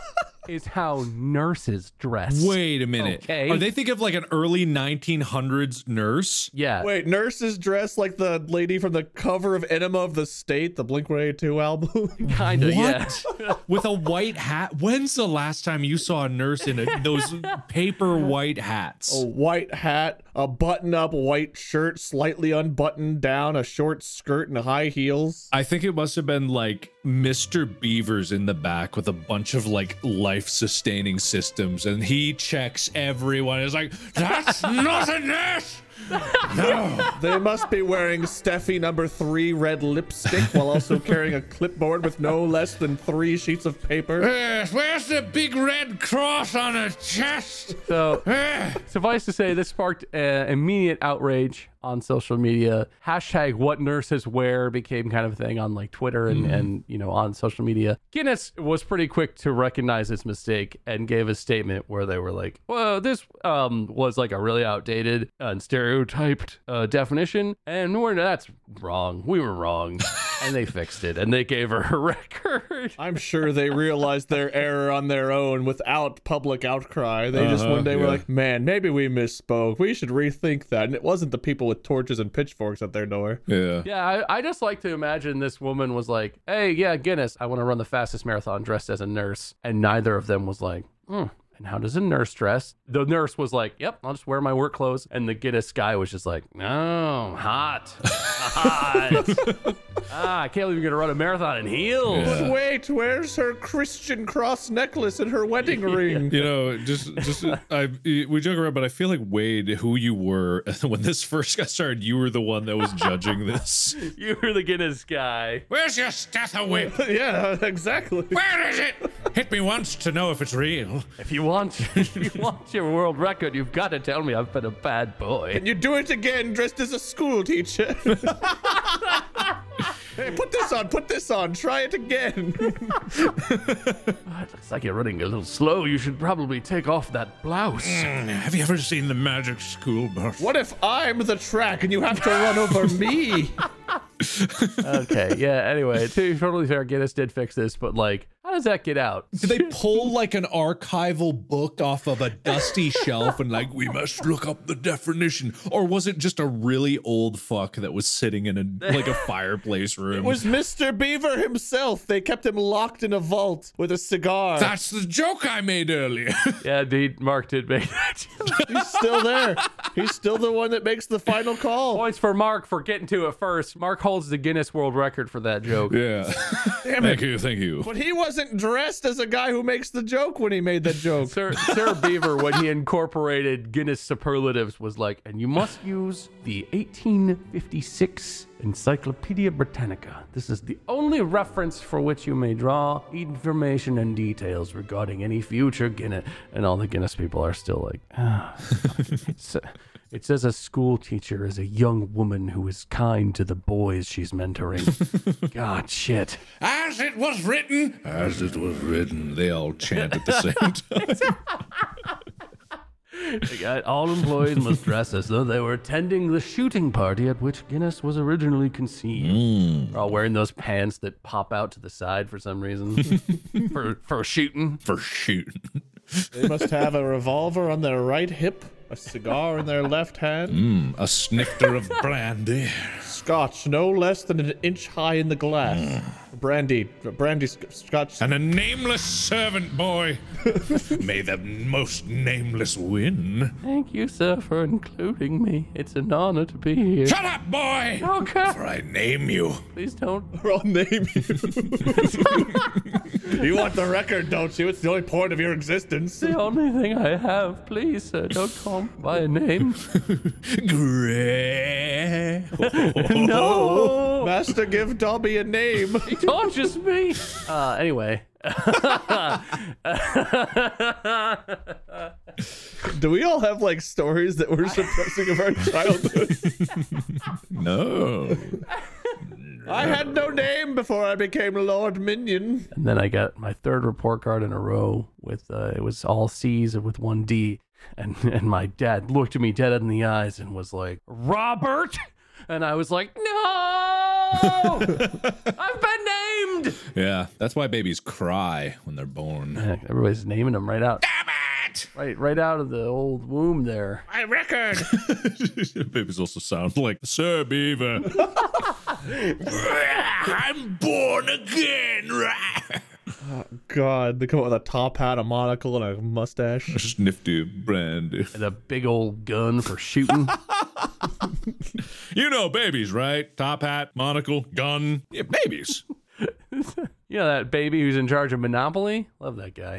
[SPEAKER 5] is how nurses dress.
[SPEAKER 6] Wait a minute.
[SPEAKER 5] Okay.
[SPEAKER 6] Are they thinking of like an early 1900s nurse?
[SPEAKER 5] Yeah.
[SPEAKER 7] Wait, nurses dressed like the lady from the cover of Enema of the State, the Blink 182 album. *laughs*
[SPEAKER 5] Kind of, yeah. *laughs*
[SPEAKER 6] With a white hat? When's the last time you saw a nurse in a, those paper white hats?
[SPEAKER 5] Oh.
[SPEAKER 7] a white hat, a button up white shirt, slightly unbuttoned down, a short skirt, and high heels.
[SPEAKER 6] I think it must have been like Mr. Beavers in the back with a bunch of like life sustaining systems, and he checks everyone. It's like,
[SPEAKER 5] *laughs*
[SPEAKER 6] that's not a nurse! No.
[SPEAKER 7] They must be wearing Steffi number three red lipstick while also carrying a clipboard with no less than three sheets of paper.
[SPEAKER 6] Yes, Eh, where's the big red cross on her chest?
[SPEAKER 5] So,
[SPEAKER 6] Eh.
[SPEAKER 5] suffice to say, this sparked uh, immediate outrage on social media. Hashtag what nurses wear became kind of a thing on like Twitter and, and, you know, on social media. Guinness was pretty quick to recognize its mistake and gave a statement where they were like, well, this um, was like a really outdated and stereotyped uh, definition. And we're, that's wrong. We were wrong. and they fixed it and they gave her *laughs* a record.
[SPEAKER 7] I'm sure they realized their error on their own without public outcry. They just
[SPEAKER 6] Uh-huh,
[SPEAKER 7] one day were
[SPEAKER 6] yeah.
[SPEAKER 7] like, man, maybe we misspoke. We should rethink that. And it wasn't the people with torches and pitchforks at their door.
[SPEAKER 6] Yeah.
[SPEAKER 5] Yeah, I, I just like to imagine this woman was like, hey, yeah, Guinness, I want to run the fastest marathon dressed as a nurse. And neither of them was like, hmm. And how does a nurse dress? The nurse was like, "Yep, I'll just wear my work clothes." And the Guinness guy was just like, "No, hot, hot. ah, I can't believe you're gonna run a marathon in heels." *laughs*
[SPEAKER 6] Yeah.
[SPEAKER 7] Wait, where's her Christian cross necklace and her
[SPEAKER 6] *laughs*
[SPEAKER 7] wedding *laughs* ring?
[SPEAKER 6] You know, just
[SPEAKER 9] *laughs*
[SPEAKER 6] just I we joke around, but I feel like Wade, who you were *laughs* when this first got started, you were the one that was judging
[SPEAKER 9] *laughs*
[SPEAKER 6] this.
[SPEAKER 5] You were the Guinness guy.
[SPEAKER 6] Where's your stetho whip?
[SPEAKER 7] yeah, exactly. *laughs*
[SPEAKER 6] Where is it? Hit me once to know if it's real.
[SPEAKER 5] If you want *laughs* if you want your world record, you've got to tell me I've been a bad boy.
[SPEAKER 7] You do it again dressed as a school teacher. *laughs* hey, put this on, put this on, try it again. *laughs*
[SPEAKER 5] It looks like you're running a little slow. You should probably take off that blouse.
[SPEAKER 9] Have you ever seen the Magic School Bus?
[SPEAKER 7] what if I'm the track and you have to run over me?
[SPEAKER 5] okay, yeah. Anyway, to be totally fair, Guinness did fix this, but like, how does that get *laughs* out?
[SPEAKER 9] Did they pull like an archival book off of a *laughs* dusty shelf and like we must look up the definition, or was it just a really old fuck that was sitting in a *laughs* like a fireplace room?
[SPEAKER 7] It was Mr. Beaver himself. They kept him locked in a vault with a cigar.
[SPEAKER 9] That's the joke I made earlier. *laughs*
[SPEAKER 5] Yeah, indeed, Mark did make that.
[SPEAKER 7] He's still there. He's still the one that makes the final call.
[SPEAKER 5] Points for Mark for getting to it first. Mark holds the Guinness World Record for that
[SPEAKER 9] *laughs*
[SPEAKER 5] joke.
[SPEAKER 6] Yeah. thank you. Thank you.
[SPEAKER 7] But he wasn't dressed as a guy who makes the joke when he made the joke.
[SPEAKER 5] Sir, Sir Beaver, when he incorporated Guinness superlatives, was like, and you must use the 1856 Encyclopedia Britannica. This is the only reference for which you may draw information and details regarding any future Guinness. And all the Guinness people are still like, ah. it's, uh, it says a school teacher is a young woman who is kind to the boys she's mentoring. God, shit.
[SPEAKER 9] As it was written.
[SPEAKER 6] As it was written, they all chant at the
[SPEAKER 9] *laughs*
[SPEAKER 6] same time. *laughs*
[SPEAKER 5] They got- all employees must dress as though they were attending the shooting party at which Guinness was originally conceived. They're all wearing those pants that pop out to the side for some reason for for shooting.
[SPEAKER 6] For shooting.
[SPEAKER 7] They must have a revolver on their right hip, a cigar in their left hand,
[SPEAKER 6] A snifter of brandy.
[SPEAKER 7] scotch no less than an inch high in the glass, brandy, brandy, sc- scotch. *laughs*
[SPEAKER 9] And a nameless servant *laughs* boy. May the most nameless win.
[SPEAKER 5] Thank you, sir, for including me. It's an honor to be *laughs* here.
[SPEAKER 9] Shut up, boy!
[SPEAKER 5] Okay,
[SPEAKER 9] Or I name you.
[SPEAKER 5] please don't.
[SPEAKER 7] I'll name you. you want the record, don't you? It's the only point of your existence.
[SPEAKER 5] The only thing I have, please, sir, don't call me by name.
[SPEAKER 9] *laughs* Gray.
[SPEAKER 5] No,
[SPEAKER 7] *laughs* Master, give Dobby a name.
[SPEAKER 5] he tortures me. Uh, anyway. *laughs*
[SPEAKER 7] Do we all have like stories that we're suppressing of our childhood?
[SPEAKER 6] No.
[SPEAKER 7] *laughs* I had no name before I became Lord Minion.
[SPEAKER 5] And then I got my third report card in a row with uh, it was all C's and with one D. And *laughs* and my dad looked at me dead in the eyes and was like, "Robert," and I was like, "No, I've been named."
[SPEAKER 6] Yeah. That's why babies cry when they're born.
[SPEAKER 5] Heck, Everybody's naming them right out, right right out of the old womb there.
[SPEAKER 9] My record.
[SPEAKER 6] *laughs* babies also sound like Sir *laughs* Beaver.
[SPEAKER 9] I'm born again. Right?
[SPEAKER 7] God, they come up with a top hat, a monocle, and a mustache.
[SPEAKER 6] Snifty brandy.
[SPEAKER 5] And a big old gun for shooting.
[SPEAKER 6] You know babies, right? Top hat, monocle, gun. Yeah, *laughs* babies.
[SPEAKER 5] you know that baby who's in charge of Monopoly. Love that guy.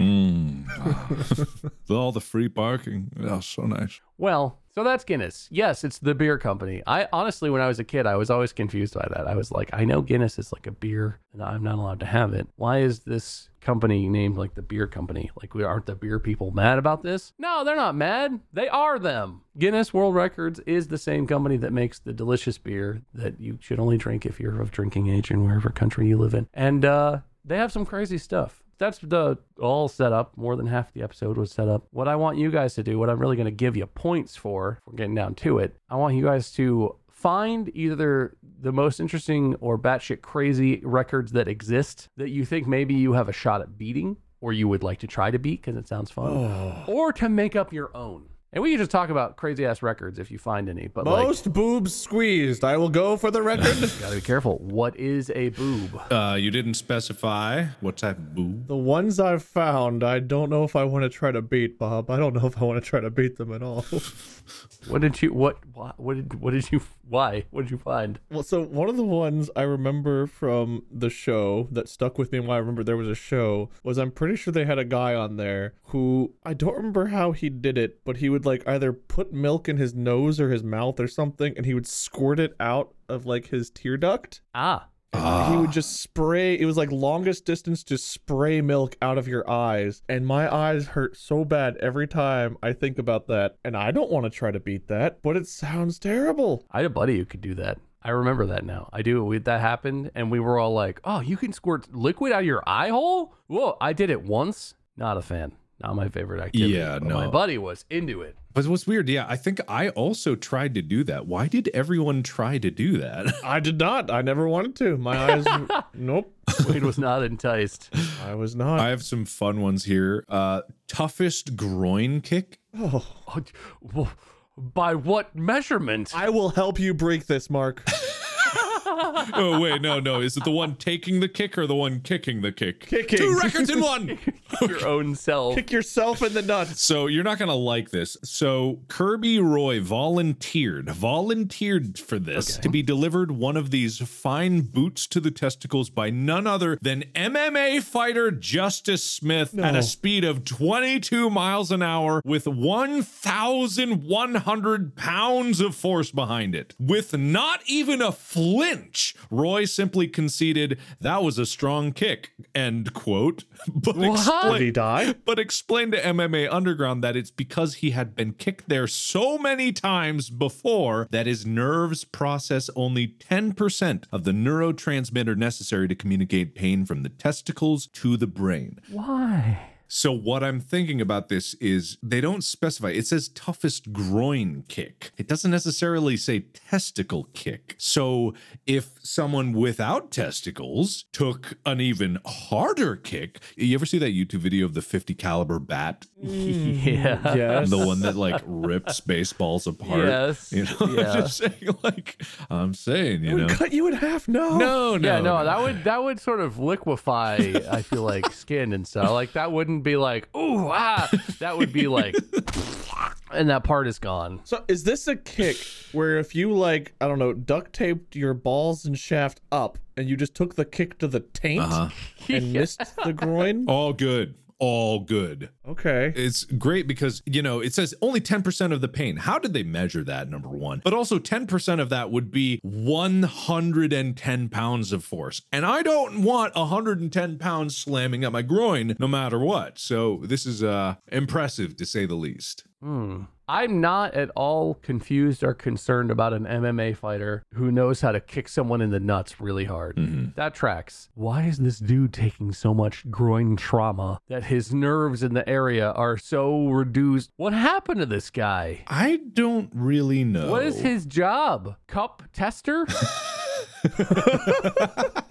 [SPEAKER 6] All the free parking. Oh, so nice.
[SPEAKER 5] Well, so that's Guinness. Yes, it's the beer company. I honestly, when I was a kid, I was always confused by that. I was like, I know Guinness is like a beer, and I'm not allowed to have it. Why is this company named like the beer company? Like, we aren't the beer people mad about this? No, they're not mad. They are them. Guinness World Records is the same company that makes the delicious beer that you should only drink if you're of drinking age in wherever country you live in, and uh, they have some crazy stuff that's the all set up. More than half the episode was set up. What I want you guys to do, what I'm really going to give you points for, if we're getting down to it, I want you guys to find either the most interesting or batshit crazy records that exist that you think maybe you have a shot at beating or you would like to try to beat because it sounds fun, or to make up your own. And we can just talk about crazy ass records if you find any, but like,
[SPEAKER 7] Most boobs squeezed. I will go for the
[SPEAKER 5] *laughs*
[SPEAKER 7] record.
[SPEAKER 5] gotta be careful. What is a boob?
[SPEAKER 6] Uh, you didn't specify what type of boob.
[SPEAKER 7] the ones I've found, I don't know if I want to try to beat, Bob. I don't know if I want to try to beat them at all. *laughs*
[SPEAKER 5] What did you? What? Why, what did? What did you? Why? What did you find?
[SPEAKER 7] well, so one of the ones I remember from the show that stuck with me and why I remember there was a show was I'm pretty sure they had a guy on there who I don't remember how he did it, but he would like either put milk in his nose or his mouth or something and he would squirt it out of like his tear duct.
[SPEAKER 5] Ah,
[SPEAKER 7] he would just spray it was like longest distance to spray milk out of your eyes and my eyes hurt so bad every time i think about that and i don't want to try to beat that but it sounds terrible
[SPEAKER 5] I had a buddy who could do that. I remember that now. I do. We, that happened, and we were all like, "Oh, you can squirt liquid out of your eye hole?" Whoa! I did it once. Not a fan. Not my favorite activity.
[SPEAKER 6] Yeah,
[SPEAKER 5] but
[SPEAKER 6] no.
[SPEAKER 5] My buddy was into it.
[SPEAKER 6] But what's weird, yeah, I think I also tried to do that. Why did everyone try to do that?
[SPEAKER 7] i did not i never wanted to my eyes nope
[SPEAKER 5] Wade was not enticed.
[SPEAKER 7] i was not
[SPEAKER 6] *laughs* I have some fun ones here. Uh toughest groin kick.
[SPEAKER 5] Oh, d- wh- by what measurement?
[SPEAKER 7] i will help you break this mark
[SPEAKER 6] Oh wait, no, no. Is it the one taking the kick or the one kicking the kick?
[SPEAKER 7] Kicking.
[SPEAKER 6] Two records in one.
[SPEAKER 5] your own
[SPEAKER 7] *laughs* *laughs*
[SPEAKER 5] self.
[SPEAKER 7] kick yourself in the
[SPEAKER 6] *laughs*
[SPEAKER 7] nuts
[SPEAKER 6] So you're not gonna like this. So Kirby Roy volunteered, volunteered for this to be delivered one of these fine boots to the testicles by none other than MMA fighter Justice Smith at a speed of 22 miles an hour with 1,100 pounds of force behind it. With not even a flinch, Roy simply conceded that was a strong kick. End quote. *laughs* But
[SPEAKER 7] did he
[SPEAKER 6] explained-
[SPEAKER 7] die
[SPEAKER 6] but explained to MMA Underground that it's because he had been kicked there so many times before that his nerves process only 10% of the neurotransmitter necessary to communicate pain from the testicles to the brain.
[SPEAKER 5] Why?
[SPEAKER 6] So, what I'm thinking about this is they don't specify. It says toughest groin kick, it doesn't necessarily say testicle kick. So, if someone without testicles took an even harder kick, you ever see that YouTube video of the 50 caliber bat?
[SPEAKER 5] Mm. Yeah.
[SPEAKER 7] yes
[SPEAKER 6] The one that
[SPEAKER 5] *laughs*
[SPEAKER 6] like rips baseballs apart.
[SPEAKER 5] Yes.
[SPEAKER 6] You know, *laughs* I'm
[SPEAKER 5] Yeah.
[SPEAKER 6] just saying, like, I'm saying, you
[SPEAKER 7] would
[SPEAKER 6] know.
[SPEAKER 7] cut you in half no
[SPEAKER 6] No,
[SPEAKER 5] *laughs*
[SPEAKER 6] no.
[SPEAKER 5] yeah, no, that would that would sort of liquefy. I feel like skin and stuff. Like that wouldn't be like ooh ah. That would be like, and that part is gone.
[SPEAKER 7] So is this a kick where if you like I don't know duct taped your balls and shaft up and you just took the kick to the taint
[SPEAKER 6] Uh-huh.
[SPEAKER 7] and missed the groin?
[SPEAKER 6] *laughs* All good. All good.
[SPEAKER 7] Okay.
[SPEAKER 6] It's great because, you know, it says only 10% of the pain. How did they measure that, number one? But also, 10% of that would be 110 pounds of force. And I don't want 110 pounds slamming at my groin no matter what. So, this is uh, impressive to say the least.
[SPEAKER 5] I'm not at all confused or concerned about an MMA fighter who knows how to kick someone in the nuts really hard. That tracks. Why is this dude taking so much groin trauma that his nerves in the area are so reduced? What happened to this guy?
[SPEAKER 6] I don't really know.
[SPEAKER 5] What is his job? Cup
[SPEAKER 6] *laughs*
[SPEAKER 5] tester?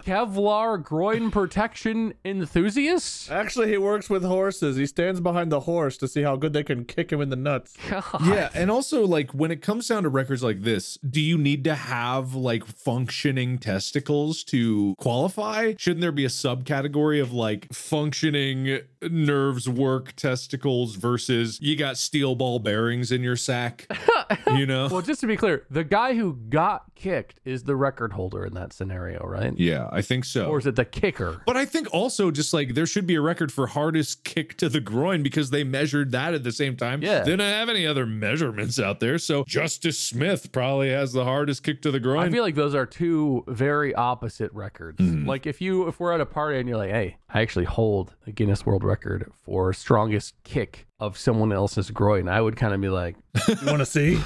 [SPEAKER 5] Kevlar groin protection enthusiast?
[SPEAKER 7] Actually, he works with horses. He stands behind the horse to see how good they can kick him in the nuts.
[SPEAKER 6] Yeah, and also like when it comes down to records like this, do you need to have like functioning testicles to qualify? Shouldn't there be a subcategory of like functioning nerves work testicles versus you got steel ball bearings in
[SPEAKER 5] *laughs*
[SPEAKER 6] your sack? you know?
[SPEAKER 5] Well, just to be clear, the guy who got kicked is the record holder in that scenario, right?
[SPEAKER 6] yeah, I think so.
[SPEAKER 5] Or is it the kicker?
[SPEAKER 6] But I think also just like there should be a record for hardest kick to the groin because they measured that at the same time.
[SPEAKER 5] Yeah.
[SPEAKER 6] They don't have any other measurements out there. So Justice Smith probably has the hardest kick to the groin. Mm-hmm.
[SPEAKER 5] I feel like those are two very opposite records. Like if you if we're at a party and you're like, "Hey, I actually hold the Guinness World Record for strongest kick of someone else's groin," I would kind of be like,
[SPEAKER 7] You want to *laughs* see?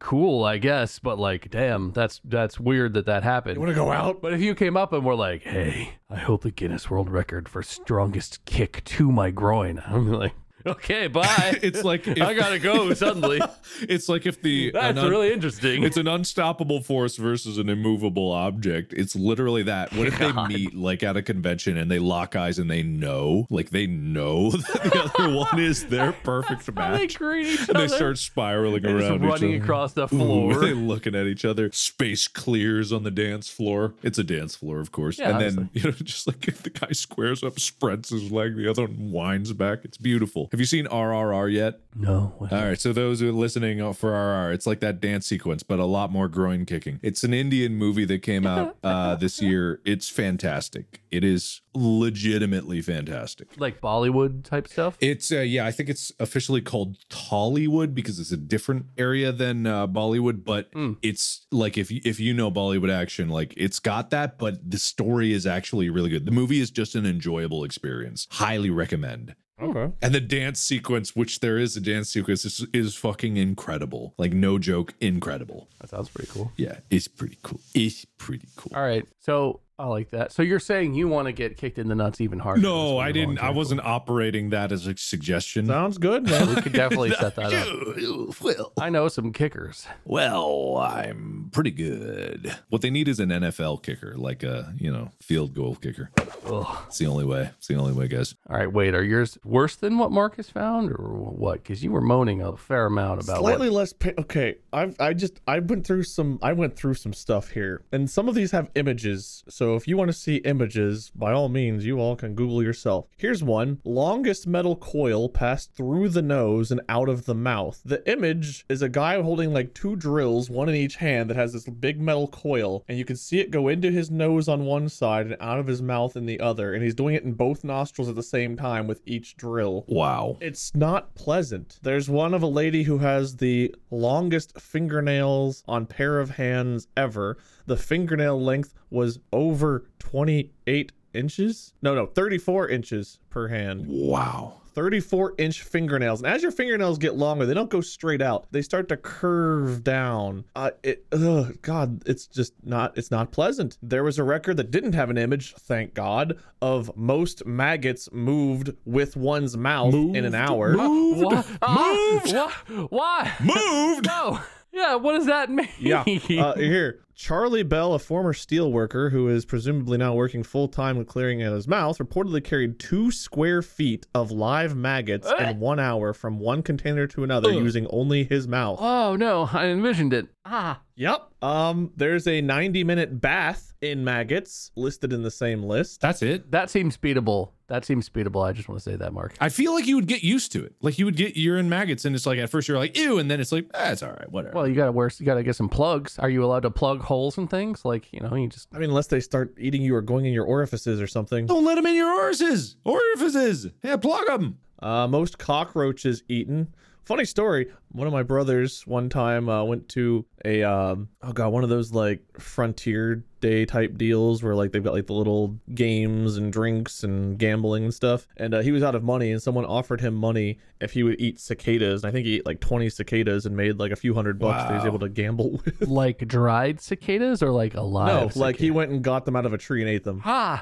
[SPEAKER 5] "Cool, I guess," but like, "Damn, that's that's weird that that happened."
[SPEAKER 7] You want to go out?
[SPEAKER 5] But if you came up and were like, "Hey, I hold the Guinness World Record for strongest kick to my groin," I'm like, "Okay, bye."
[SPEAKER 6] *laughs* it's like if,
[SPEAKER 5] I gotta go
[SPEAKER 6] *laughs*
[SPEAKER 5] suddenly.
[SPEAKER 6] it's like if the
[SPEAKER 5] *laughs* That's
[SPEAKER 6] an un-
[SPEAKER 5] really interesting.
[SPEAKER 6] *laughs* it's an unstoppable force versus an immovable object. It's literally that. What
[SPEAKER 5] *laughs*
[SPEAKER 6] if they meet like at a convention and they lock eyes and they know, like they know *laughs* that the other one
[SPEAKER 5] *laughs*
[SPEAKER 6] is their perfect
[SPEAKER 5] How they
[SPEAKER 6] match.
[SPEAKER 5] greet each
[SPEAKER 6] And
[SPEAKER 5] other.
[SPEAKER 6] they start spiraling
[SPEAKER 5] They're just
[SPEAKER 6] around, each
[SPEAKER 5] running
[SPEAKER 6] other.
[SPEAKER 5] across the
[SPEAKER 6] Ooh, *laughs*
[SPEAKER 5] floor.
[SPEAKER 6] they looking at each other. Space clears on the dance floor. It's a dance floor, of course.
[SPEAKER 5] Yeah,
[SPEAKER 6] and *laughs* then you know, just like if the guy squares up, spreads his leg, the other one winds back. It's beautiful. Have Have you seen RRR yet?
[SPEAKER 5] No. What?
[SPEAKER 6] All right, so those who are listening uh, for RR, it's like that dance sequence, but a lot more groin kicking. It's an Indian movie that came out uh, *laughs* this year. It's fantastic. It is legitimately fantastic.
[SPEAKER 5] Like Bollywood type stuff?
[SPEAKER 6] It's uh, yeah, I think it's officially called Tollywood because it's a different area than uh, Bollywood, but it's like if you, if you know Bollywood action, like it's got that, but the story is actually really good. The movie is just an enjoyable experience. Highly recommend.
[SPEAKER 7] Okay.
[SPEAKER 6] And the dance sequence, which there is a dance sequence, is, is fucking incredible. Like no joke, incredible.
[SPEAKER 5] That sounds pretty cool.
[SPEAKER 6] Yeah, it's pretty cool. It's pretty cool.
[SPEAKER 5] All right. So I like that. So you're saying you want to get kicked in the nuts even harder? That's
[SPEAKER 6] No,
[SPEAKER 5] what
[SPEAKER 6] I
[SPEAKER 5] you
[SPEAKER 6] didn't. I
[SPEAKER 5] volunteered
[SPEAKER 6] wasn't operating that as a suggestion.
[SPEAKER 7] Sounds good,
[SPEAKER 5] for.
[SPEAKER 7] man.
[SPEAKER 5] We could
[SPEAKER 6] *laughs*
[SPEAKER 5] definitely set that up.
[SPEAKER 6] Well,
[SPEAKER 5] I know some kickers.
[SPEAKER 6] well, I'm pretty good. What they need is an NFL kicker, like a you know field goal kicker.
[SPEAKER 5] Ugh.
[SPEAKER 6] It's the only way. It's the only way, guys.
[SPEAKER 5] All right, wait. Are yours worse than what Marcus found, or what? Because you were moaning a fair amount about. what-
[SPEAKER 7] Slightly less. Pa- okay, I've I just I went through some I went through some stuff here, and some of these have images. So if you want to see images, by all means, you all can Google yourself. Here's one: longest metal coil passed through the nose and out of the mouth. The image is a guy holding like two drills, one in each hand, that has this big metal coil, and you can see it go into his nose on one side and out of his mouth in the other, and he's doing it in both nostrils at the same time with each drill.
[SPEAKER 6] Wow.
[SPEAKER 7] It's not pleasant. There's one of a lady who has the longest fingernails on pair of hands ever. The fingernail length was over 28 inches. No, no, 34 inches per hand.
[SPEAKER 6] Wow.
[SPEAKER 7] 34 inch fingernails. And as your fingernails get longer, they don't go straight out. They start to curve down. Uh, it, ugh, God, it's just not, it's not pleasant. There was a record that didn't have an image, thank God, of most maggots moved with one's mouth in an hour.
[SPEAKER 5] What? Ah, what? Why?
[SPEAKER 6] Moved.
[SPEAKER 5] No. Yeah. What does that mean? Yeah. *laughs*
[SPEAKER 7] uh, here, Charlie Bell, a former steel worker who is presumably now working full time with clearing out his mouth, reportedly carried two square feet of live maggots in one hour from one container to another using only his mouth.
[SPEAKER 5] oh no! I envisioned it. Ah.
[SPEAKER 7] Yep. Um, there's a 90 minute bath in maggots listed in the same list.
[SPEAKER 6] That's it.
[SPEAKER 5] That seems beatable. That seems beatable. I just want to say that, Mark.
[SPEAKER 6] I feel like you would get used to it. Like you would get urine maggots, and it's like at first you're like ew, and then it's like that's all right, whatever.
[SPEAKER 5] Well, you gotta wear. You gotta get some plugs. Are you allowed to plug holes and things? Like you know, you just.
[SPEAKER 7] I mean, unless they start eating you or going in your orifices or something.
[SPEAKER 6] Don't let them in your orifices. Orifices. Yeah, plug them.
[SPEAKER 7] Uh, most cockroaches eaten. Funny story. One of my brothers one time uh, went to a um, oh god, one of those like frontier day type deals where like they've got like the little games and drinks and gambling and stuff. And uh, he was out of money, and someone offered him money if he would eat cicadas. And I think he ate like twenty cicadas and made like a few hundred bucks that he was able to gamble *laughs* with.
[SPEAKER 5] like dried cicadas or like
[SPEAKER 7] No,
[SPEAKER 5] alive?
[SPEAKER 7] like he went and got them out of a tree and ate them.
[SPEAKER 5] Ah,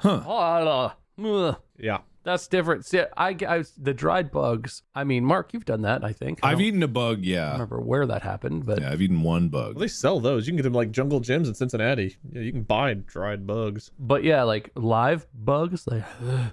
[SPEAKER 5] oh, ugh.
[SPEAKER 7] Yeah.
[SPEAKER 5] that's different. See, I, I, the dried bugs. I mean, Mark, you've done that, I think. I
[SPEAKER 6] I've
[SPEAKER 5] don't
[SPEAKER 6] eaten a bug. Yeah.
[SPEAKER 5] remember where that happened, but
[SPEAKER 6] Yeah, I've eaten one
[SPEAKER 7] Well,
[SPEAKER 6] bug.
[SPEAKER 7] they sell those. You can get them like jungle gyms in Cincinnati. Yeah, you can buy dried bugs.
[SPEAKER 5] but yeah, like live bugs, like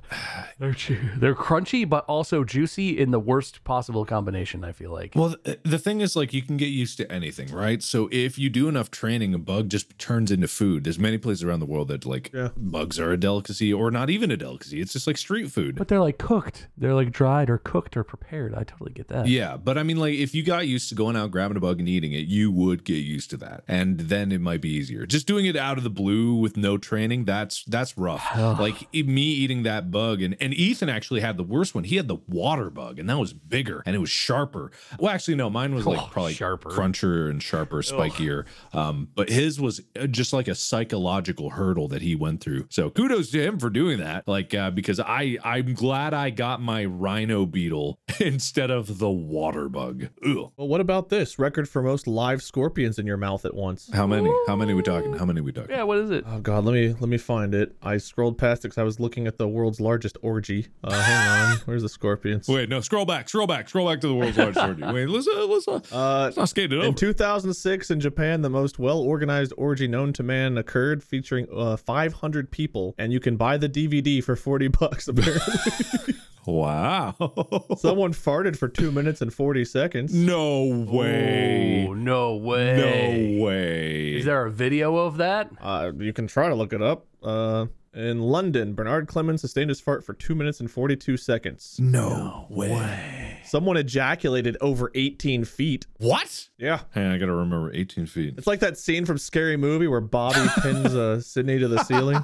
[SPEAKER 5] *sighs* they're chew- they're crunchy but also juicy in the worst possible combination. I feel like.
[SPEAKER 6] Well, th- uh, the thing is, like, you can get used to anything, right? So if you do enough training, a bug just turns into food. There's many places around the world that like bugs are a delicacy, or not even a delicacy. It's just like street food.
[SPEAKER 5] but they're like cooked. They're like dried or cooked or prepared. I totally get that.
[SPEAKER 6] Yeah, but I mean, like, if you got used to going out grabbing a bug and eating it, you would get used to that, and then it might be easier. Just doing it out of the blue with no training, that's that's rough. like e- me eating that bug, and and Ethan actually had the worst one. He had the water bug, and that was bigger and it was sharper. Well, actually, no, mine was like probably sharper, cruncher and sharper, spikier. Um, but his was uh, just like a psychological hurdle that he went through. So kudos to him for doing that. Like uh, because I I'm glad I got my rhino beetle *laughs* instead of the water bug. Ugh.
[SPEAKER 7] Well, what about this record for most live scorpions in your mouth at once?
[SPEAKER 6] How many? How many we talking? How many we talking?
[SPEAKER 5] Yeah. What is it?
[SPEAKER 7] Oh God, let me let me find it. I scrolled past it because I was looking at the world's largest orgy. Uh, hang *laughs* on, where's the scorpions?
[SPEAKER 6] Wait, no. Scroll back. Scroll back. Scroll back to the world's largest orgy. Wait, let's uh, let's, uh,
[SPEAKER 7] Uh,
[SPEAKER 6] let's not skate it
[SPEAKER 7] in
[SPEAKER 6] over.
[SPEAKER 7] 2006 in Japan, the most well-organized orgy known to man occurred, featuring uh, 500 people, and you can buy the DVD for 40 *laughs* bucks. Apparently, *laughs*
[SPEAKER 6] wow. *laughs*
[SPEAKER 7] someone farted for two minutes and 40 seconds.
[SPEAKER 6] no way.
[SPEAKER 5] Oh no way!
[SPEAKER 6] No way.
[SPEAKER 5] Is there a video of that?
[SPEAKER 7] Uh, you can try to look it up. Uh, in London, Bernard Clemens sustained his fart for two minutes and 42 seconds.
[SPEAKER 6] no way.
[SPEAKER 7] Someone ejaculated over 18 feet.
[SPEAKER 9] What?
[SPEAKER 7] Yeah.
[SPEAKER 6] Hey, I gotta remember 18 feet.
[SPEAKER 7] It's like that scene from Scary Movie where
[SPEAKER 6] *laughs*
[SPEAKER 7] Bobby pins uh, Sydney to the ceiling.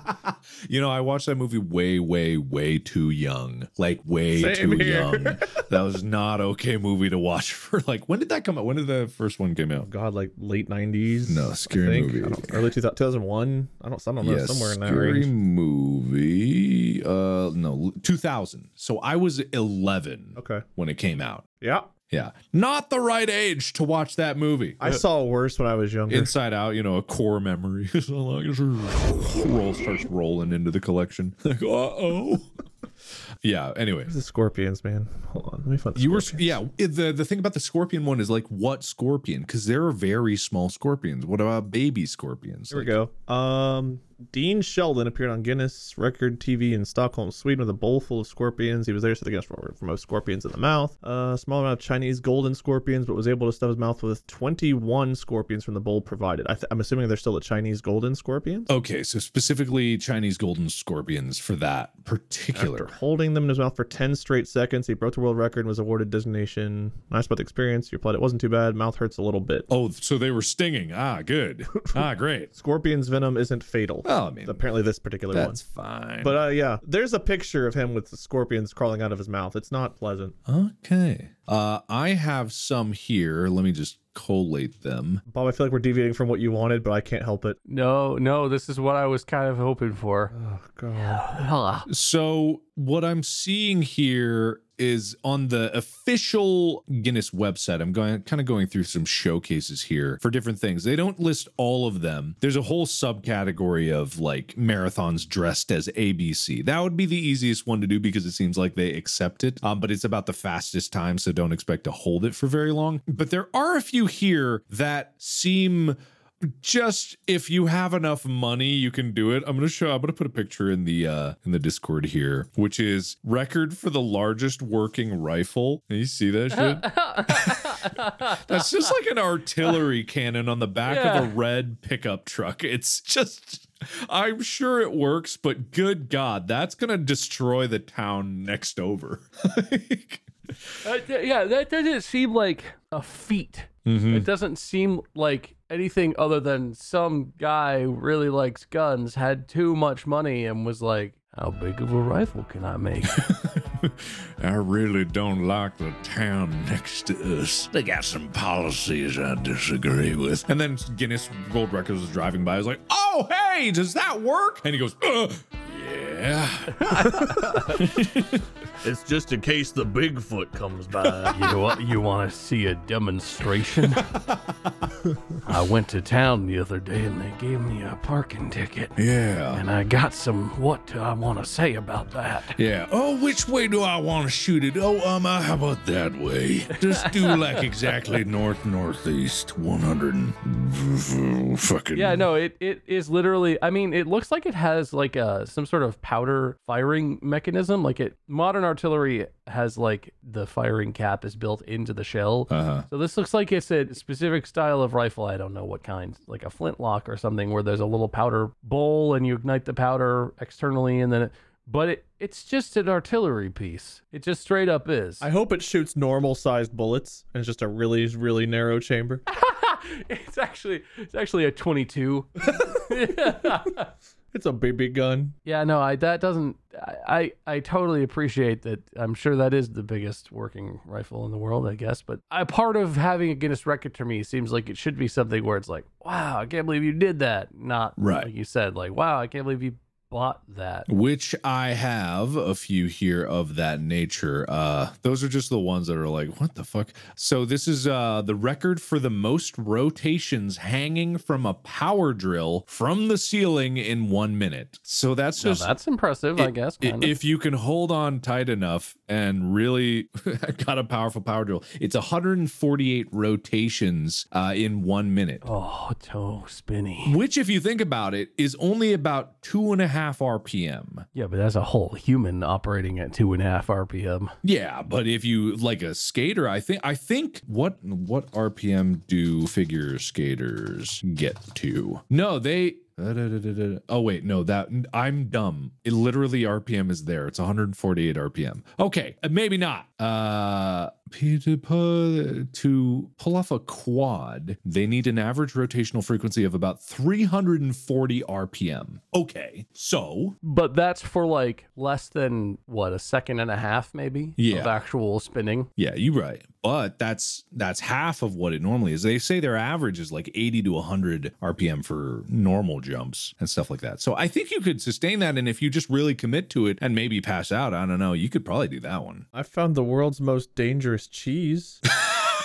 [SPEAKER 6] You know, I watched that movie way, way, way too young. Like way
[SPEAKER 7] Same
[SPEAKER 6] too
[SPEAKER 7] here. *laughs*
[SPEAKER 6] young. That was not okay movie to watch for like when did that come out? When did the first one came out?
[SPEAKER 7] God, like late 90s.
[SPEAKER 6] No, Scary
[SPEAKER 7] I think.
[SPEAKER 6] Movie.
[SPEAKER 7] I don't- early 2000, 2001. I don't, I don't know,
[SPEAKER 6] Yes,
[SPEAKER 7] somewhere in that
[SPEAKER 6] scary
[SPEAKER 7] range.
[SPEAKER 6] movie. Uh, no, 2000. So I was 11
[SPEAKER 7] Okay.
[SPEAKER 6] when it came out.
[SPEAKER 7] Yeah.
[SPEAKER 6] Yeah, not the right age to watch that movie.
[SPEAKER 7] I saw worse when I was younger.
[SPEAKER 6] Inside Out, you know, a core memory. *laughs* is all I can- Roll starts rolling into the collection. *laughs* Like, uh oh. yeah. Anyway,
[SPEAKER 7] the Scorpions, man. Hold on. Let me find the
[SPEAKER 6] you were
[SPEAKER 7] Scorpions.
[SPEAKER 6] yeah. it- The the thing about the scorpion one is like what scorpion? Because there are very small scorpions. What about baby scorpions?
[SPEAKER 7] Here we go. Um, Dean Sheldon appeared on Guinness Record TV in Stockholm, Sweden, with a bowl full of scorpions. He was there to the Guinness World Record for most scorpions in the mouth. A small amount of Chinese golden scorpions, but was able to stuff his mouth with 21 scorpions from the bowl provided. I th- I'm assuming they're still the Chinese golden scorpions.
[SPEAKER 6] Okay, so specifically Chinese golden scorpions for that particular.
[SPEAKER 7] After holding them in his mouth for 10 straight seconds, he broke the world record and was awarded designation. Nice about the experience. You replied, it wasn't too bad. Mouth hurts a little bit.
[SPEAKER 6] Oh, so they were stinging. Ah, good. Ah, great.
[SPEAKER 7] Scorpion's venom isn't fatal.
[SPEAKER 6] Well, I mean,
[SPEAKER 7] Apparently, this particular one.
[SPEAKER 6] That's fine.
[SPEAKER 7] But uh, yeah, there's a picture of him with the scorpions crawling out of his mouth. It's not pleasant.
[SPEAKER 6] okay. Uh, I have some here. Let me just collate them.
[SPEAKER 7] Bob, I feel like we're deviating from what you wanted, but I can't help it.
[SPEAKER 5] No, no, this is what I was kind of hoping for.
[SPEAKER 7] Oh
[SPEAKER 6] Uh.
[SPEAKER 7] god.
[SPEAKER 5] Ugh.
[SPEAKER 6] So what I'm seeing here is on the official Guinness website. I'm going kind of going through some showcases here for different things. They don't list all of them. There's a whole subcategory of like marathons dressed as ABC. That would be the easiest one to do because it seems like they accept it. Um, but it's about the fastest time, so don't expect to hold it for very long. But there are a few here that seem just if you have enough money you can do it i'm gonna show i'm gonna put a picture in the uh in the discord here which is record for the largest working rifle Can you see that shit that's just like an artillery cannon on the back of a red pickup truck it's just i'm sure it works but good god that's gonna destroy the town next over *laughs*
[SPEAKER 5] Uh, th- yeah, that doesn't seem like a feat. It doesn't seem like anything other than some guy who really likes guns had too much money and was like, "How big of a rifle can I make?"
[SPEAKER 6] I really don't like the town next to us. They got some policies I disagree with. And then Guinness Gold Records is driving by. He's like, oh, hey, does that work? And he goes, "Uh, yeah.
[SPEAKER 5] it's just in case the Bigfoot comes by. you want you want to see a demonstration? I went to town the other day and they gave me a parking ticket.
[SPEAKER 6] Yeah.
[SPEAKER 5] And I got some what do I want to say about that.
[SPEAKER 6] Yeah. Oh, which way do I want to shoot it? Oh, um, uh, how about that way? Just do like exactly north northeast 100 and fucking.
[SPEAKER 5] Yeah, no, it, it is literally. I mean, it looks like it has like a some sort of powder firing mechanism. Like it, modern artillery has like the firing cap is built into the shell.
[SPEAKER 6] Uh-huh.
[SPEAKER 5] So this looks like it's a specific style of rifle. I don't know what kind, like a flintlock or something, where there's a little powder bowl and you ignite the powder externally, and then. It, but it, it's just an artillery piece. It just straight up
[SPEAKER 7] *laughs*
[SPEAKER 5] is.
[SPEAKER 7] I hope it shoots normal sized bullets and it's just a really, really narrow chamber.
[SPEAKER 5] *laughs* it's actually it's actually a *laughs* 22.
[SPEAKER 7] It's a BB gun.
[SPEAKER 5] Yeah, no, I that doesn't. I, I I totally appreciate that. I'm sure that is the biggest working rifle in the world, I guess. But a part of having a Guinness record to me seems like it should be something where it's like, wow, I can't believe you did that. Not
[SPEAKER 6] Right.
[SPEAKER 5] like you said, like wow, I can't believe you bought that.
[SPEAKER 6] which I have a few here of that nature. Uh, those are just the ones that are like, what the fuck? So this is uh, the record for the most rotations hanging from a power drill from the ceiling in one minute. So that's
[SPEAKER 5] So
[SPEAKER 6] just.
[SPEAKER 5] that's impressive, I
[SPEAKER 6] i-
[SPEAKER 5] guess.
[SPEAKER 6] i-
[SPEAKER 5] kind of.
[SPEAKER 6] If you can hold on tight enough and really *laughs* got a powerful power drill, it's 148 rotations uh, in one minute
[SPEAKER 5] oh, toe spinny.
[SPEAKER 6] which if you think about it is only about two and a half rpm
[SPEAKER 5] Yeah, but that's a whole human operating at two and a half RPM.
[SPEAKER 6] yeah but if you like a skater i think i think what what rpm do figure skaters get to no they *laughs* Oh wait, no, that I'm dumb. It literally RPM is there. It's 148 RPM. Okay, uh, maybe not. Uh Peter Pan- to pull off a quad, they need an average rotational frequency of about 340 RPM. Okay, so
[SPEAKER 5] But that's for like less than what a second and a half, maybe
[SPEAKER 6] Yeah.
[SPEAKER 5] of actual spinning.
[SPEAKER 6] Yeah, you're right. But that's that's half of what it normally is. They say their average is like 80 to 100 RPM for normal jumps and stuff like that. So I think you could sustain that, and if you just really commit to it and maybe pass out, I don't know, you could probably do that one.
[SPEAKER 7] I found the world's most dangerous cheese.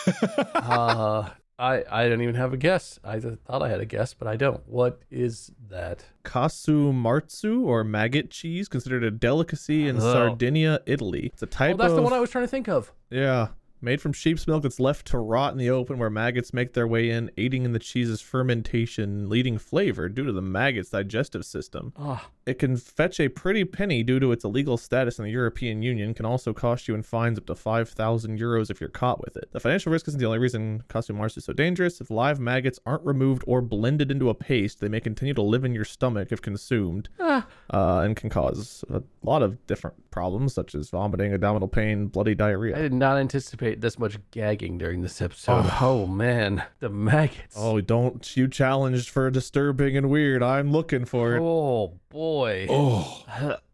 [SPEAKER 5] uh, I I don't even have a guess. I th- thought I had a guess, but I don't. What is that?
[SPEAKER 7] Kasumartsu or maggot cheese, considered a delicacy in
[SPEAKER 5] Oh.
[SPEAKER 7] Sardinia, Italy. It's a type
[SPEAKER 5] Oh, that's
[SPEAKER 7] of
[SPEAKER 5] the one I was trying to think of.
[SPEAKER 7] yeah, made from sheep's milk that's left to rot in the open, where maggots make their way in, aiding in the cheese's fermentation, leading flavor due to the maggot's digestive system.
[SPEAKER 5] Ah,
[SPEAKER 7] It can fetch a pretty penny due to its illegal status in the European Union, can also cost you in fines up to 5,000 euros if you're caught with it. The financial risk isn't the only reason costume Mars is so dangerous. If live maggots aren't removed or blended into a paste, they may continue to live in your stomach if consumed uh, and can cause a lot of different problems, such as vomiting, abdominal pain, bloody
[SPEAKER 5] I
[SPEAKER 7] diarrhea.
[SPEAKER 5] did not anticipate this much gagging during this episode. Oh, man, the maggots.
[SPEAKER 7] Oh, don't you challenged for disturbing and weird. I'm looking for it.
[SPEAKER 5] Oh, boy.
[SPEAKER 6] Oh,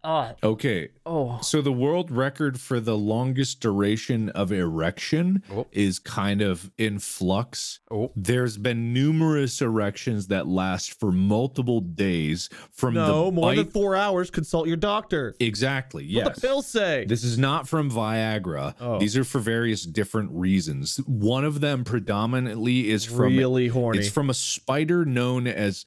[SPEAKER 5] Ah,
[SPEAKER 6] okay.
[SPEAKER 5] oh.
[SPEAKER 6] So the world record for the longest duration of erection
[SPEAKER 5] Oh.
[SPEAKER 6] is kind of in flux.
[SPEAKER 5] Oh.
[SPEAKER 6] There's been numerous erections that last for multiple days from
[SPEAKER 7] No,
[SPEAKER 6] the
[SPEAKER 7] more than
[SPEAKER 6] bite-
[SPEAKER 7] four hours. Consult your doctor.
[SPEAKER 6] Exactly. Yes.
[SPEAKER 7] What the pills say?
[SPEAKER 6] This is not from Viagra.
[SPEAKER 7] Oh.
[SPEAKER 6] These are for various different reasons. One of them predominantly is from
[SPEAKER 7] really horny.
[SPEAKER 6] it's from a spider known as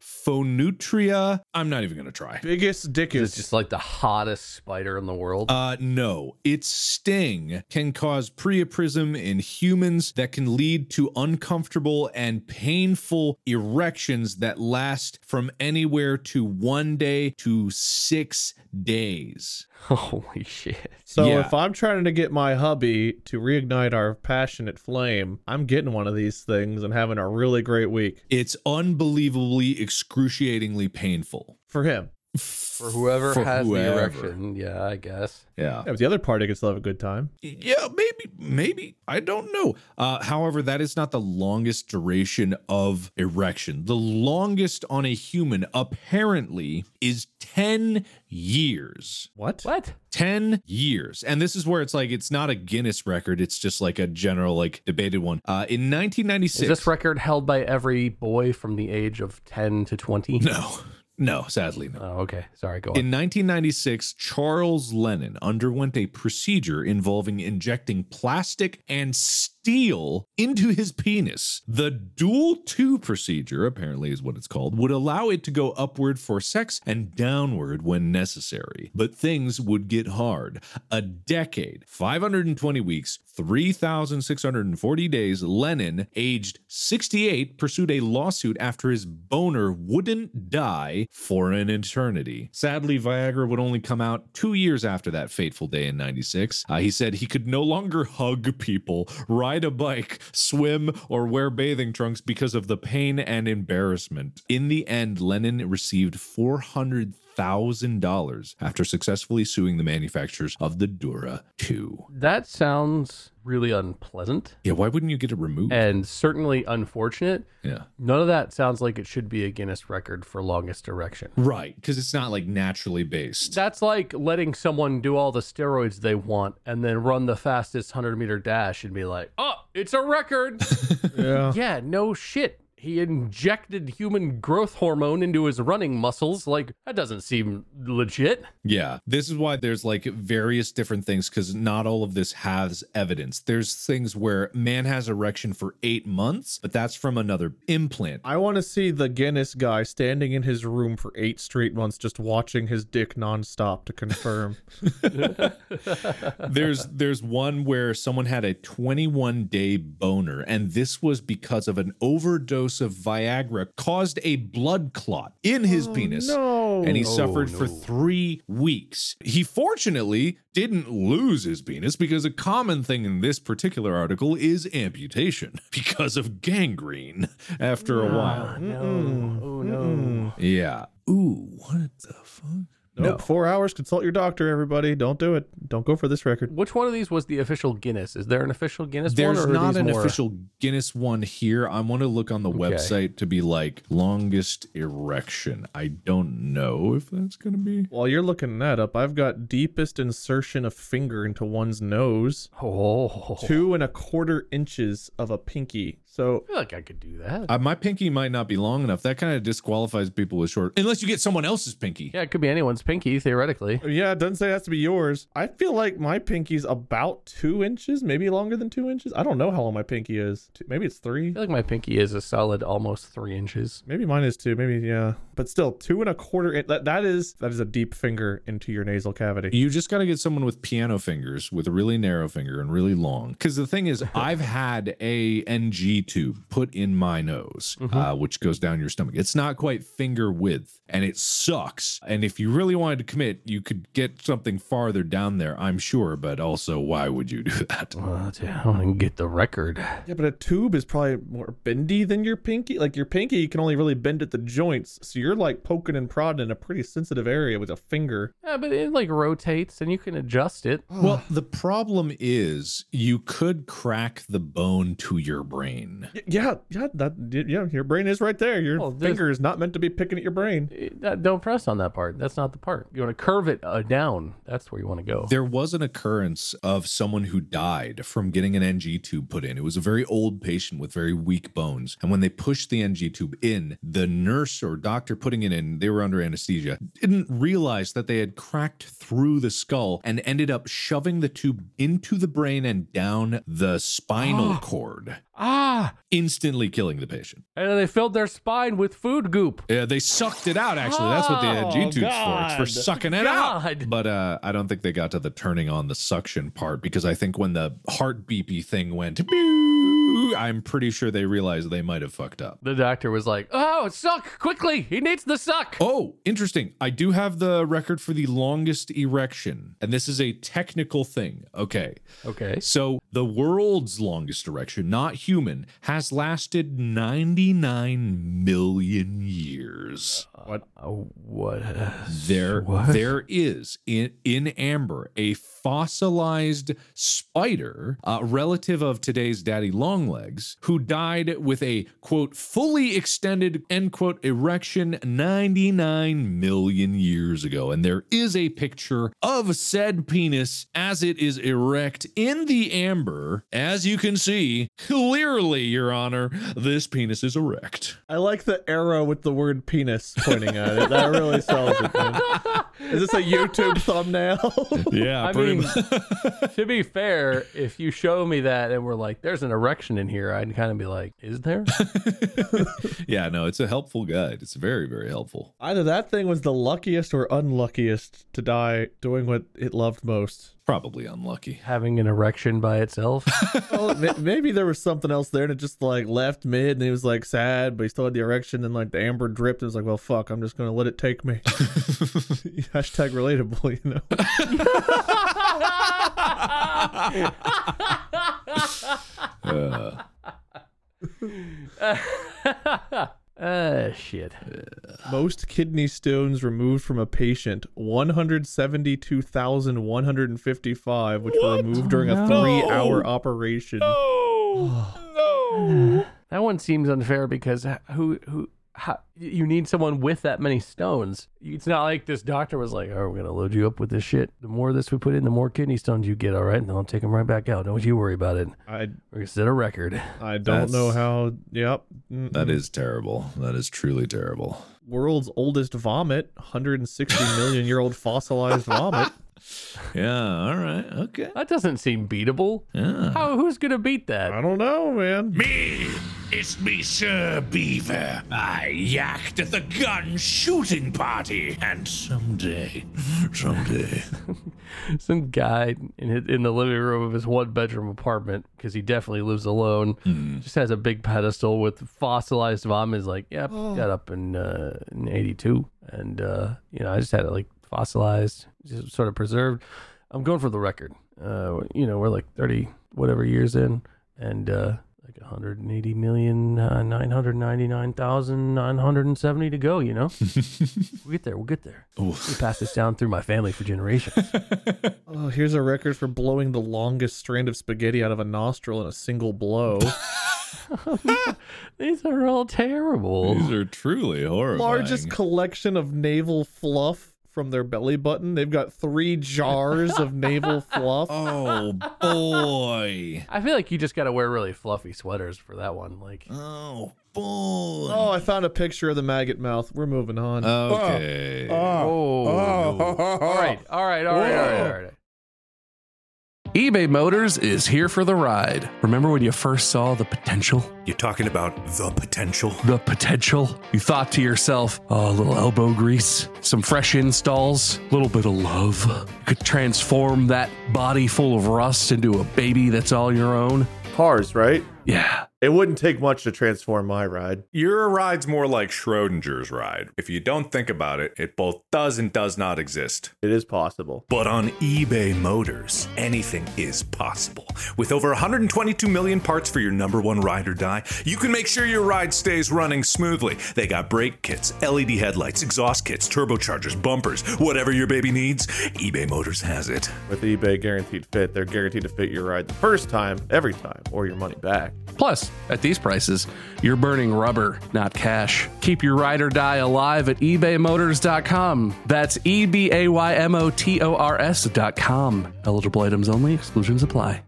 [SPEAKER 6] Phonutria. I'm not even gonna try.
[SPEAKER 7] biggest dick
[SPEAKER 5] It's just like the hottest spider in the world.
[SPEAKER 6] Uh, no, its sting can cause priapism in humans that can lead to uncomfortable and painful erections that last from anywhere to one day to six days.
[SPEAKER 5] *laughs* Holy shit.
[SPEAKER 7] so
[SPEAKER 6] yeah.
[SPEAKER 7] if I'm trying to get my hubby to reignite our passionate flame, I'm getting one of these things and having a really great week
[SPEAKER 6] It's unbelievably excruciatingly painful.
[SPEAKER 7] for him.
[SPEAKER 5] For whoever
[SPEAKER 6] For
[SPEAKER 5] has the
[SPEAKER 6] whoever.
[SPEAKER 5] erection. Yeah, I guess.
[SPEAKER 6] Yeah.
[SPEAKER 7] Yeah, but the other party gets to have a good time.
[SPEAKER 6] Yeah, maybe, maybe. I don't know. Uh, however, that is not the longest duration of erection. The longest on a human, apparently, is 10 years.
[SPEAKER 7] What?
[SPEAKER 5] What?
[SPEAKER 6] 10 years. And this is where it's like, it's not a Guinness record. It's just like a general, like, debated one. Uh, in 1996.
[SPEAKER 5] Is this record held by every boy from the age of 10 to 20?
[SPEAKER 6] No, no, sadly, no.
[SPEAKER 5] Oh, okay. Sorry, go on.
[SPEAKER 6] In 1996, Charles Lennon underwent a procedure involving injecting plastic and steel into his penis. The dual two procedure, apparently is what it's called, would allow it to go upward for sex and downward when necessary. But things would get hard. A decade, 520 weeks, 3,640 days, Lennon, aged 68, pursued a lawsuit after his boner wouldn't die for an eternity. Sadly, Viagra would only come out two years after that fateful day in 96. Uh, he said he could no longer hug people, ride a bike, swim, or wear bathing trunks because of the pain and embarrassment. In the end, Lennon received 400 thousand dollars after successfully suing the manufacturers of the Dura 2.
[SPEAKER 5] that sounds really unpleasant
[SPEAKER 6] Yeah, why wouldn't you get it removed?
[SPEAKER 5] and certainly unfortunate.
[SPEAKER 6] yeah.
[SPEAKER 5] None of that sounds like it should be a Guinness record for longest erection.
[SPEAKER 6] Right, because it's not like naturally based.
[SPEAKER 5] That's like letting someone do all the steroids they want and then run the fastest 100 meter dash and be like, oh, it's a
[SPEAKER 6] *laughs*
[SPEAKER 5] record.
[SPEAKER 7] Yeah.
[SPEAKER 5] yeah, no shit. He injected human growth hormone into his running muscles. Like, that doesn't seem legit.
[SPEAKER 6] Yeah. This is why there's like various different things because not all of this has evidence. There's things where man has erection for eight months, but that's from another implant.
[SPEAKER 7] I want to see the Guinness guy standing in his room for eight straight months, just watching his dick nonstop to confirm.
[SPEAKER 6] there's there's one where someone had a 21 day boner and this was because of an overdose of viagra caused a blood clot in his penis
[SPEAKER 7] no.
[SPEAKER 6] and he suffered for three weeks he fortunately didn't lose his penis because a common thing in this particular article is amputation *laughs* because of gangrene after a while
[SPEAKER 5] No. Oh, no.
[SPEAKER 6] yeah ooh what the fuck
[SPEAKER 7] Nope. Four hours. Consult your doctor, everybody. Don't do it. Don't go for this record.
[SPEAKER 5] Which one of these was the official Guinness? Is there an official Guinness
[SPEAKER 6] There's
[SPEAKER 5] one? or are
[SPEAKER 6] not
[SPEAKER 5] these
[SPEAKER 6] an
[SPEAKER 5] more-
[SPEAKER 6] official Guinness one here. I want to look on the website to be like longest erection. I don't know if that's going to be.
[SPEAKER 7] While you're looking that up, I've got deepest insertion of finger into one's nose,
[SPEAKER 5] Oh, I
[SPEAKER 7] two and a quarter inches of a pinky. So
[SPEAKER 5] feel like I could do that.
[SPEAKER 6] Uh, my pinky might not be long enough. That kind of disqualifies people with short, unless you get someone else's pinky.
[SPEAKER 5] yeah, it could be anyone's pinky theoretically.
[SPEAKER 7] yeah, it doesn't say it has to be yours. I feel like my pinky's about two inches, maybe longer than two inches. I don't know how long my pinky is. Two- Maybe it's
[SPEAKER 5] I
[SPEAKER 7] three.
[SPEAKER 5] feel like my pinky is a solid almost three inches.
[SPEAKER 7] Maybe mine is two. Maybe yeah. But still, two and a quarter. In- that that is that is a deep finger into your nasal cavity.
[SPEAKER 6] You just got to get someone with piano fingers, with a really narrow finger and really long. Because the thing is, I've had a NG tube put in my nose, uh, which goes down your stomach. It's not quite finger width, and it sucks. And if you really wanted to commit, you could get something farther down there, I'm sure. But also, why would you do that?
[SPEAKER 5] Well, yeah, I want to get the record.
[SPEAKER 7] Yeah, but a tube is probably more bendy than your pinky. Like your pinky, you can only really bend at the joints, so you're like poking and prodding in a pretty sensitive area with a finger.
[SPEAKER 5] Yeah, but it like rotates and you can adjust it.
[SPEAKER 6] Well, the problem is you could crack the bone to your brain.
[SPEAKER 7] Y- Yeah, yeah, that y- yeah, your brain is right there. Your
[SPEAKER 5] Well, this-
[SPEAKER 7] finger is not meant to be picking at your brain.
[SPEAKER 5] It- that- don't press on that part. That's not the part. You want to curve it uh, down. That's where you want to go.
[SPEAKER 6] There was an occurrence of someone who died from getting an NG tube put in. It was a very old patient with very weak bones. And when they pushed the NG tube in, the nurse or doctor putting it in, they were under anesthesia, didn't realize that they had cracked through the skull and ended up shoving the tube into the brain and down the spinal cord,
[SPEAKER 5] Ah!
[SPEAKER 6] instantly killing the patient.
[SPEAKER 5] And then they filled their spine with food goop.
[SPEAKER 6] Yeah, they sucked it out, actually. That's what the NG tube's for. It's for sucking it
[SPEAKER 5] Oh, God.
[SPEAKER 6] out. But uh, I don't think they got to the turning on the suction part because I think when the heart beepy thing went, "Boo," I'm pretty sure they realized they might have fucked up.
[SPEAKER 5] The doctor was like, "Oh, suck quickly! He needs the suck."
[SPEAKER 6] Oh, interesting. I do have the record for the longest erection, and this is a technical thing. Okay.
[SPEAKER 5] Okay.
[SPEAKER 6] So the world's longest erection, not human, has lasted 99 million years.
[SPEAKER 5] Oh, what?
[SPEAKER 6] There, there is in in amber a fossilized spider, a relative of today's daddy longlegs, who died with a quote fully extended end quote erection 99 million years ago, and there is a picture of said penis as it is erect in the amber. As you can see clearly, Your Honor, this penis is erect.
[SPEAKER 7] I like the arrow with the word penis pointing at it. That really solves it. Man. Is this a YouTube thumbnail?
[SPEAKER 6] Yeah,
[SPEAKER 5] I mean, to be fair, if you show me that and we're like, "There's an erection in here," I'd kind of be like, "Is there?"
[SPEAKER 6] yeah. No, it's a helpful guide. It's very, very helpful.
[SPEAKER 7] *laughs* Either that thing was the luckiest or unluckiest to die doing what it loved most.
[SPEAKER 6] Probably unlucky.
[SPEAKER 5] Having an erection by itself.
[SPEAKER 7] Well, ma- maybe there was something else there, and it just like left mid, and he was like sad, but he still had the erection, and like the amber dripped, and it was like, well, fuck, I'm just gonna let it take *laughs* me. Hashtag relatable, you know.
[SPEAKER 5] uh, shit.
[SPEAKER 7] Most kidney stones removed from a patient: 172,155, which were removed during a three-hour operation.
[SPEAKER 5] That one seems unfair because h- who who. How, you need someone with that many stones. It's not like this doctor was like, "Oh, we're gonna load you up with this shit. The more of this we put in, the more kidney stones you get. All right, and then I'll take them right back out. Don't you worry about it.
[SPEAKER 7] *sighs* I
[SPEAKER 5] We're gonna set a record." *laughs*
[SPEAKER 7] I don't know
[SPEAKER 6] That's-
[SPEAKER 7] how. Yep. Mm,
[SPEAKER 6] That is terrible. That is truly terrible.
[SPEAKER 7] World's oldest vomit, 160 million year old fossilized vomit.
[SPEAKER 6] Yeah. All right. Okay.
[SPEAKER 5] That doesn't seem beatable.
[SPEAKER 6] Yeah.
[SPEAKER 5] How? Who's gonna beat
[SPEAKER 7] *laughs*
[SPEAKER 5] that?
[SPEAKER 7] I don't know, man.
[SPEAKER 9] Me, it's me, Sir Beaver. I yacked at the gun shooting party, and someday, someday.
[SPEAKER 5] *laughs* Some guy in his, in the living room of his one bedroom apartment because he definitely lives alone. Just has a big pedestal with fossilized vomit. Is like, yeah, I got up in uh, in '82, and uh, you know, I just had it like fossilized, just sort of preserved. I'm going for the record. Uh, you know, we're like 30 whatever years in, and uh, like 180 million uh, 999,970 to go, you know? we'll get there. We'll get there. We pass this down through my family for generations.
[SPEAKER 7] Oh, here's a record for blowing the longest strand of spaghetti out of a nostril in a
[SPEAKER 3] *laughs*
[SPEAKER 7] single blow.
[SPEAKER 5] These are all terrible.
[SPEAKER 6] These are truly horrifying.
[SPEAKER 7] Largest collection of navel fluff from their belly button. They've got three jars
[SPEAKER 3] *laughs*
[SPEAKER 7] of navel fluff.
[SPEAKER 6] Oh boy.
[SPEAKER 5] I feel like you just got to wear really fluffy sweaters for that one. Like,
[SPEAKER 6] Oh boy.
[SPEAKER 7] Oh, uh, I found a picture of the maggot mouth. We're moving on.
[SPEAKER 3] Uh,
[SPEAKER 6] Okay.
[SPEAKER 7] uh.
[SPEAKER 5] oh, no. all right, all right, all right, all right, all right. eBay Motors is here for the ride. Remember when you first saw the potential?
[SPEAKER 1] You're talking about the potential.
[SPEAKER 2] the potential. You thought to yourself, oh, a little elbow grease, some fresh installs, a little bit of love. You could transform that body full of rust into a baby that's all your own.
[SPEAKER 3] Cars, right?
[SPEAKER 2] Yeah.
[SPEAKER 3] It wouldn't take much to transform my ride.
[SPEAKER 1] Your ride's more like Schrodinger's ride. If you don't think about it, it both does and does not exist.
[SPEAKER 3] It is possible.
[SPEAKER 1] But on eBay Motors, anything is possible. With over 122 million parts for your number one ride or die, you can make sure your ride stays running smoothly. They got brake kits, LED headlights, exhaust kits, turbochargers, bumpers, whatever your baby needs, eBay Motors has it.
[SPEAKER 3] With eBay Guaranteed Fit, they're guaranteed to fit your ride the first time, every time, or your money back.
[SPEAKER 2] Plus, at these prices, you're burning rubber, not cash. Keep your ride or die alive at e ebaymotors.com. That's E B A Y M O T O R S.com. Eligible items only, exclusions apply.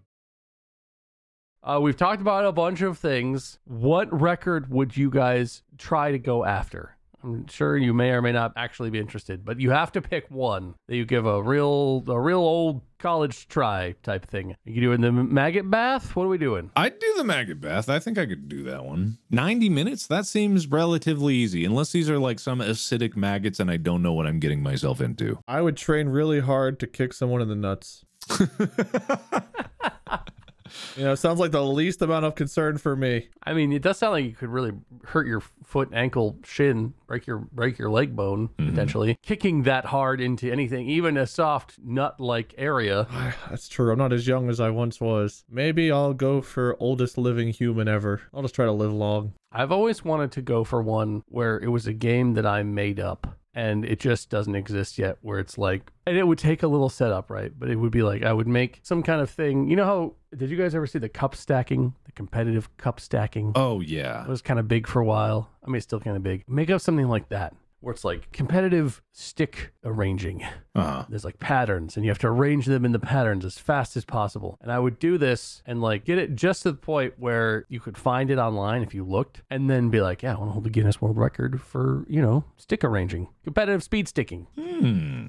[SPEAKER 5] Uh, we've talked about a bunch of things. What record would you guys try to go after? I'm sure you may or may not actually be interested, but you have to pick one that you give a real, a real old college try type thing. you doing the maggot bath? What are we doing?
[SPEAKER 6] I'd do the maggot bath. I think I could do that one. 90 minutes? That seems relatively easy, unless these are like some acidic maggots and I don't know what I'm getting myself into.
[SPEAKER 7] I would train really hard to kick someone in the nuts.
[SPEAKER 6] *laughs*
[SPEAKER 7] you know, sounds like the least amount of concern for me.
[SPEAKER 5] I mean, it does sound like you could really hurt your foot, ankle, shin, break your break your leg bone potentially. Kicking that hard into anything, even a soft nut-like area.
[SPEAKER 7] That's true. I'm not as young as I once was. Maybe I'll go for oldest living human ever. I'll just try to live long.
[SPEAKER 5] I've always wanted to go for one where it was a game that I made up and it just doesn't exist yet where it's like and it would take a little setup, right? But it would be like I would make some kind of thing. You know how did you guys ever see the cup stacking, the competitive cup stacking?
[SPEAKER 6] Oh, yeah.
[SPEAKER 5] It was kind of big for a while. I mean, it's still kind of big. Make up something like that where it's like competitive stick arranging.
[SPEAKER 6] Uh-huh.
[SPEAKER 5] There's like patterns, and you have to arrange them in the patterns as fast as possible. And I would do this and like get it just to the point where you could find it online if you looked, and then be like, yeah, I want to hold the Guinness World Record for, you know, stick arranging, competitive speed sticking.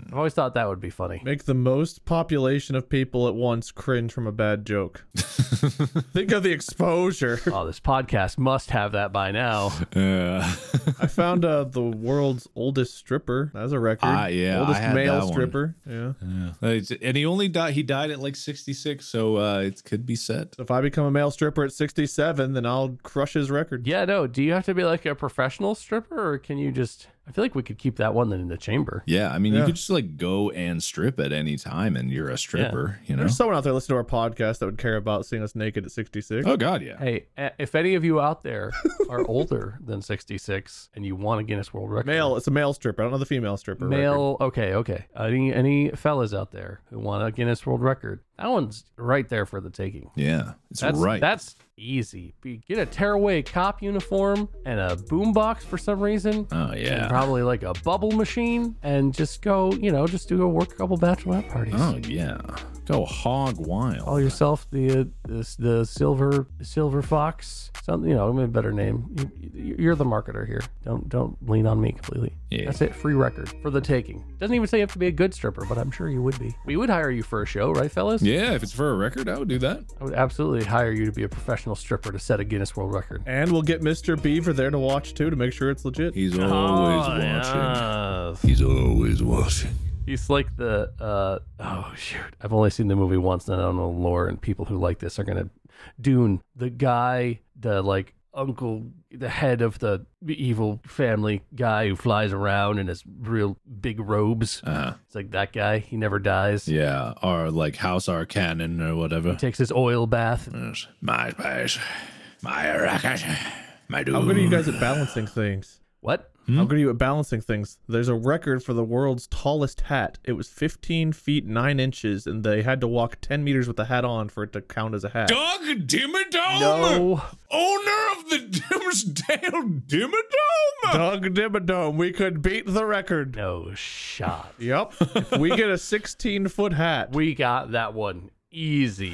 [SPEAKER 5] I've always thought that would be funny.
[SPEAKER 7] Make the most population of people at once cringe from a bad
[SPEAKER 6] *laughs*
[SPEAKER 7] joke. Think of the exposure.
[SPEAKER 5] Oh, this podcast must have that by now.
[SPEAKER 6] Uh, *laughs*
[SPEAKER 7] I found uh, the world's oldest stripper. That's a record.
[SPEAKER 6] Ah, yeah, I
[SPEAKER 7] Oldest
[SPEAKER 6] had that
[SPEAKER 7] male
[SPEAKER 6] one.
[SPEAKER 7] stripper. Yeah.
[SPEAKER 6] Uh, it's- and he only died, he died at like 66, so uh, it could be set.
[SPEAKER 7] So if I become a male stripper at 67, then I'll crush his record.
[SPEAKER 5] Yeah, no. Do you have to be like a professional stripper, or can you just? I feel like we could keep that one in the chamber.
[SPEAKER 6] Yeah, I mean, you
[SPEAKER 7] Yeah.
[SPEAKER 6] could just like go and strip at any time, and you're a stripper, you know.
[SPEAKER 7] There's someone out there listening to our podcast that would care about seeing us naked at 66.
[SPEAKER 6] Oh God, yeah.
[SPEAKER 5] Hey, a- if any of you out there are older than 66 and you want a Guinness World Record,
[SPEAKER 7] Male, it's a male stripper. I don't know the female stripper. record.
[SPEAKER 5] male, okay, okay. Any any fellas out there who want a Guinness World Record, that one's right there for the taking.
[SPEAKER 6] Yeah, it's
[SPEAKER 5] That's
[SPEAKER 6] right.
[SPEAKER 5] That's easy. You get a tearaway cop uniform and a boombox for some reason.
[SPEAKER 6] oh
[SPEAKER 5] And
[SPEAKER 6] yeah.
[SPEAKER 5] probably like a bubble machine, and just go, you know, just do a work a couple bachelorette parties.
[SPEAKER 6] Oh yeah. Go hog wild.
[SPEAKER 5] Call yourself the uh, the, the silver silver fox. Something you know, maybe a better name. You, you're the marketer here. Don't don't lean on me completely.
[SPEAKER 6] Yeah.
[SPEAKER 5] That's it. Free record for the taking. Doesn't even say you have to be a good stripper, but I'm sure you would be. We would hire you for a show, right, fellas?
[SPEAKER 6] Yeah, if it's for a record, I would do that.
[SPEAKER 5] I would absolutely hire you to be a professional stripper to set a Guinness World Record.
[SPEAKER 7] And we'll get Mr. Beaver there to watch too to make sure it's legit.
[SPEAKER 6] He's always watching. He's always watching.
[SPEAKER 5] He's like the uh oh shoot. I've only seen the movie once and I don't know lore and people who like this are gonna Dune, the guy, the like uncle the head of the evil family guy who flies around in his real big robes.
[SPEAKER 6] Uh,
[SPEAKER 5] It's like that guy, he never dies.
[SPEAKER 6] yeah, or like House Arcanon or whatever.
[SPEAKER 5] Takes his oil bath.
[SPEAKER 6] Yes, My face.
[SPEAKER 9] My rocket, my
[SPEAKER 7] How good are you
[SPEAKER 9] dude.
[SPEAKER 7] guys at balancing things?
[SPEAKER 5] What?
[SPEAKER 7] How good are you at balancing things? There's a record for the world's tallest hat. It was 15 feet 9 inches, and they had to walk 10 meters with the hat on for it to count as a hat.
[SPEAKER 9] Doug Dimmadome,
[SPEAKER 5] No.
[SPEAKER 9] owner of the Dimmersdale Dimmadome.
[SPEAKER 7] Doug Dimmadome, we could beat the record.
[SPEAKER 5] No shot.
[SPEAKER 7] Yep. If we get a 16 foot hat. We,
[SPEAKER 5] We got that one easy.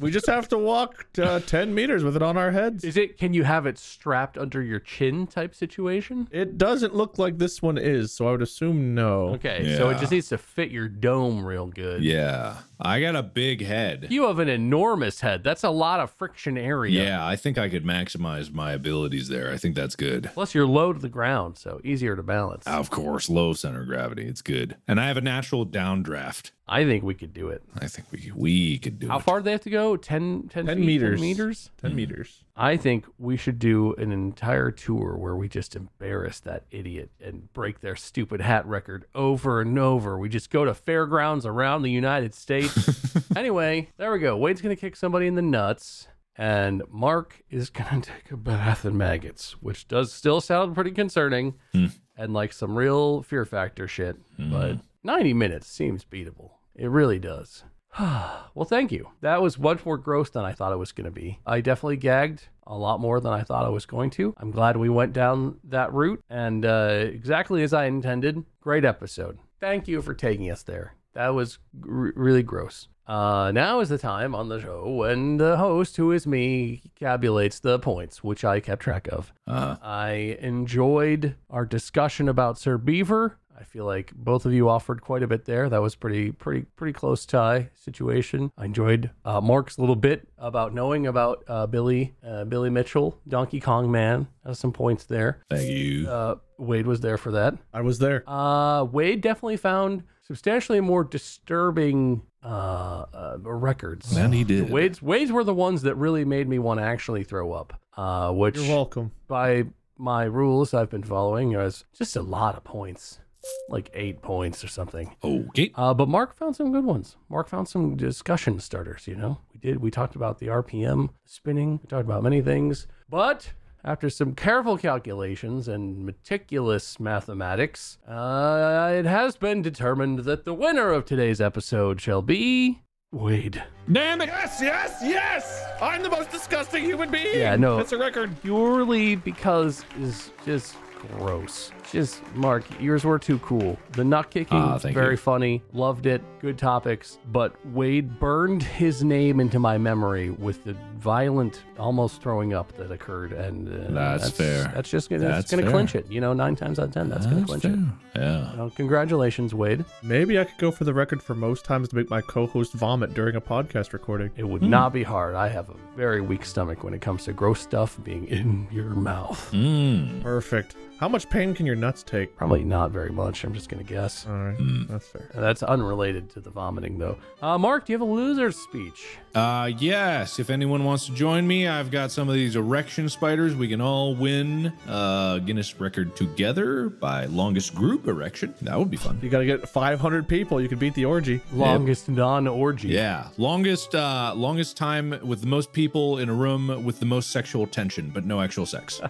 [SPEAKER 7] we just have to walk uh, 10 meters with it on our heads.
[SPEAKER 5] Is it can you have it strapped under your chin type situation?
[SPEAKER 7] It doesn't look like this one is, so I would assume no.
[SPEAKER 5] Okay, so it
[SPEAKER 6] Yeah.
[SPEAKER 5] just needs to fit your dome real good.
[SPEAKER 6] Yeah, I got a big head.
[SPEAKER 5] You have an enormous head. That's a lot of friction area.
[SPEAKER 6] Yeah, I think I could maximize my abilities there. I think that's good. Ah,
[SPEAKER 5] Plus you're low to the ground, so easier to balance.
[SPEAKER 6] Of course, low center of gravity. It's good. And I have a natural downdraft.
[SPEAKER 5] I think we could do it.
[SPEAKER 6] I think we we could do
[SPEAKER 5] How
[SPEAKER 6] it.
[SPEAKER 5] far do they have to go? 10, 10,
[SPEAKER 7] 10
[SPEAKER 5] feet?
[SPEAKER 7] meters.
[SPEAKER 5] 10 meters? Hmm.
[SPEAKER 7] 10 meters.
[SPEAKER 5] I think we should do an entire tour where we just embarrass that idiot and break their stupid hat record over and over. We just go to fairgrounds around the United States. anyway, there we go. Wade's going to kick somebody in the nuts, and Mark is going to *laughs* take a bath in maggots, which does still sound pretty concerning and like some real fear factor shit. But 90 minutes seems beatable. It really does. Well, thank you. That was much more gross than I thought it was going to be. I definitely gagged a lot more than I thought I was going to. I'm glad we went down that route and uh, exactly as I intended. Great episode. Thank you for taking us there. That was gr really gross. Uh, now is the time on the show when the host, who is me, cabulates the points, which I kept track of. I enjoyed our discussion about Sir Beaver. I feel like both of you offered quite a bit there. That was pretty, pretty, pretty close tie situation. I enjoyed uh, Mark's little bit about knowing about uh, Billy, uh, Billy Mitchell, Donkey Kong Man. Has some points there.
[SPEAKER 6] Thank you.
[SPEAKER 5] Uh, Wade was there for that.
[SPEAKER 7] I was there.
[SPEAKER 5] Uh, Wade definitely found substantially more disturbing uh, uh, records.
[SPEAKER 6] and he did.
[SPEAKER 5] Wade's Wade's were the ones that really made me want to actually throw up. Uh, which
[SPEAKER 7] You're welcome.
[SPEAKER 5] by my rules I've been following is just a lot of points, like eight points or something.
[SPEAKER 6] Okay.
[SPEAKER 5] Uh, but Mark found some good ones. Mark found some discussion starters. You know, we did. We talked about the RPM spinning. We talked about many things. But after some careful calculations and meticulous mathematics, uh, it has been determined that the winner of today's episode shall be Wade.
[SPEAKER 9] Damn it!
[SPEAKER 7] Yes, yes, yes! I'm the most disgusting human being!
[SPEAKER 5] Yeah, no.
[SPEAKER 7] That's a record.
[SPEAKER 5] purely because it's just gross. Just Mark, yours were too cool. The nut kicking,
[SPEAKER 6] Ah, thank
[SPEAKER 5] very
[SPEAKER 6] you.
[SPEAKER 5] funny, loved it, good topics. But Wade burned *laughs* his name into my memory with the violent, almost throwing up that occurred, and uh,
[SPEAKER 6] That's fair.
[SPEAKER 5] That's just gonna, that's
[SPEAKER 6] That's
[SPEAKER 5] gonna
[SPEAKER 6] fair.
[SPEAKER 5] clinch it. You know, nine times out of ten, that's, gonna clinch it.
[SPEAKER 6] Yeah.
[SPEAKER 5] You know, congratulations, Wade.
[SPEAKER 7] Maybe I could go for the record for most times to make my co-host vomit during a podcast recording.
[SPEAKER 5] It
[SPEAKER 6] Hmm.
[SPEAKER 5] would not be hard. I have a very weak stomach when it comes to gross stuff being in your mouth.
[SPEAKER 6] Mm.
[SPEAKER 7] Perfect. How much pain can your nuts take?
[SPEAKER 5] Probably not very much. I'm just gonna guess.
[SPEAKER 7] All right,
[SPEAKER 5] Mm.
[SPEAKER 7] that's fair.
[SPEAKER 5] That's unrelated to the vomiting, though. Uh, Mark, do you have a loser's speech?
[SPEAKER 6] Uh, yes. If anyone wants to join me, I've got some of these erection spiders. We can all win uh, Guinness record together by longest group erection. That would be fun.
[SPEAKER 7] You gotta get 500 people. You can beat the orgy.
[SPEAKER 5] Longest non orgy.
[SPEAKER 6] Yeah, longest uh longest time with the most people in a room with the most sexual tension, but no actual sex.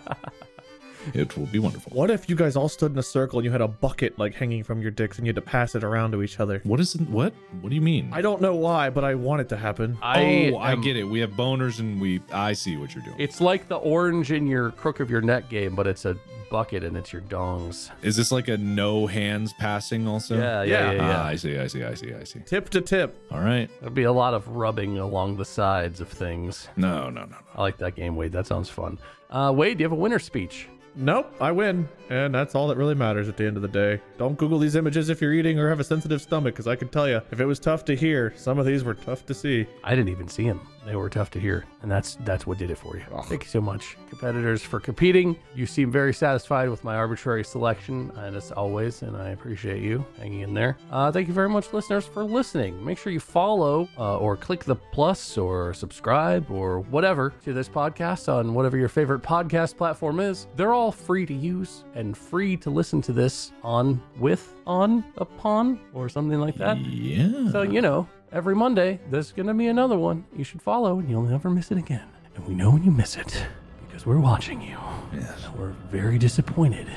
[SPEAKER 6] it will be wonderful.
[SPEAKER 7] What if you guys all stood in a circle and you had a bucket like hanging from your dicks and you had to pass it around to each other?
[SPEAKER 6] What is it, what? What do you mean?
[SPEAKER 7] I don't know why, but I want it to happen.
[SPEAKER 5] I,
[SPEAKER 6] oh, I
[SPEAKER 5] am-
[SPEAKER 6] get it. We have boners and we I see what you're doing.
[SPEAKER 5] It's like the orange in your crook of your neck game, but it's a bucket and it's your dongs.
[SPEAKER 6] Is this like a no hands passing also?
[SPEAKER 5] Yeah, yeah, yeah, yeah.
[SPEAKER 6] Ah, I see, I see, I see, I see.
[SPEAKER 7] Tip to tip.
[SPEAKER 6] All right.
[SPEAKER 5] There'd be a lot of rubbing along the sides of things.
[SPEAKER 6] No, no, no, no.
[SPEAKER 5] I like that game, Wade. That sounds fun. Uh, Wade, do you have a winner speech?
[SPEAKER 7] Nope, I win. And that's all that really matters at the end of the day. Don't Google these images if you're eating or have a sensitive stomach, because I can tell you, if it was tough to hear, some of these were tough to see.
[SPEAKER 5] I didn't even see him. They were tough to hear, and that's that's what did it for you. Thank you so much, competitors, for competing. You seem very satisfied with my arbitrary selection, and as always, and I appreciate you hanging in there. Uh, thank you very much, listeners, for listening. Make sure you follow uh, or click the plus or subscribe or whatever to this podcast on whatever your favorite podcast platform is. They're all free to use and free to listen to this on, with, on, upon, or something like that.
[SPEAKER 6] Yeah.
[SPEAKER 5] So, you know, every Monday, there's going to be another one you should follow and you'll never miss it again. And we know when you miss it because we're watching you. And we're very disappointed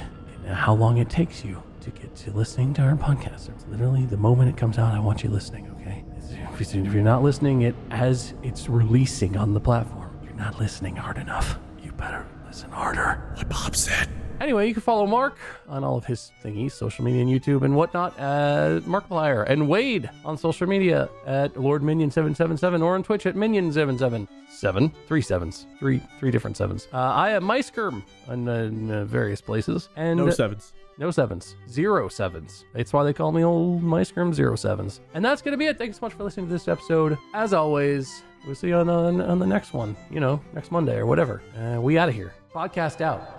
[SPEAKER 5] in how long it takes you to get to listening to our podcast. It's literally the moment it comes out, I want you listening, okay? If you- if you're not listening, it as it's releasing on the platform, you're not listening hard enough. You better listen harder. Anyway, you can follow Mark on all of his thingies, social media and YouTube and whatnot at Markiplier and Wade on social media at LordMinion777 or on Twitch at Minion777. Three sevens. Three three different sevens. Uh, I am MySkirm in, in uh, various places. And
[SPEAKER 7] No sevens.
[SPEAKER 5] no sevens. Zero sevens. That's why they call me old MyScrum Zero Sevens. And that's gonna be it. Thanks so much for listening to this episode. As always, we'll see you on, on, on the next one. You know, next Monday or whatever. Uh, we out of here. Podcast out.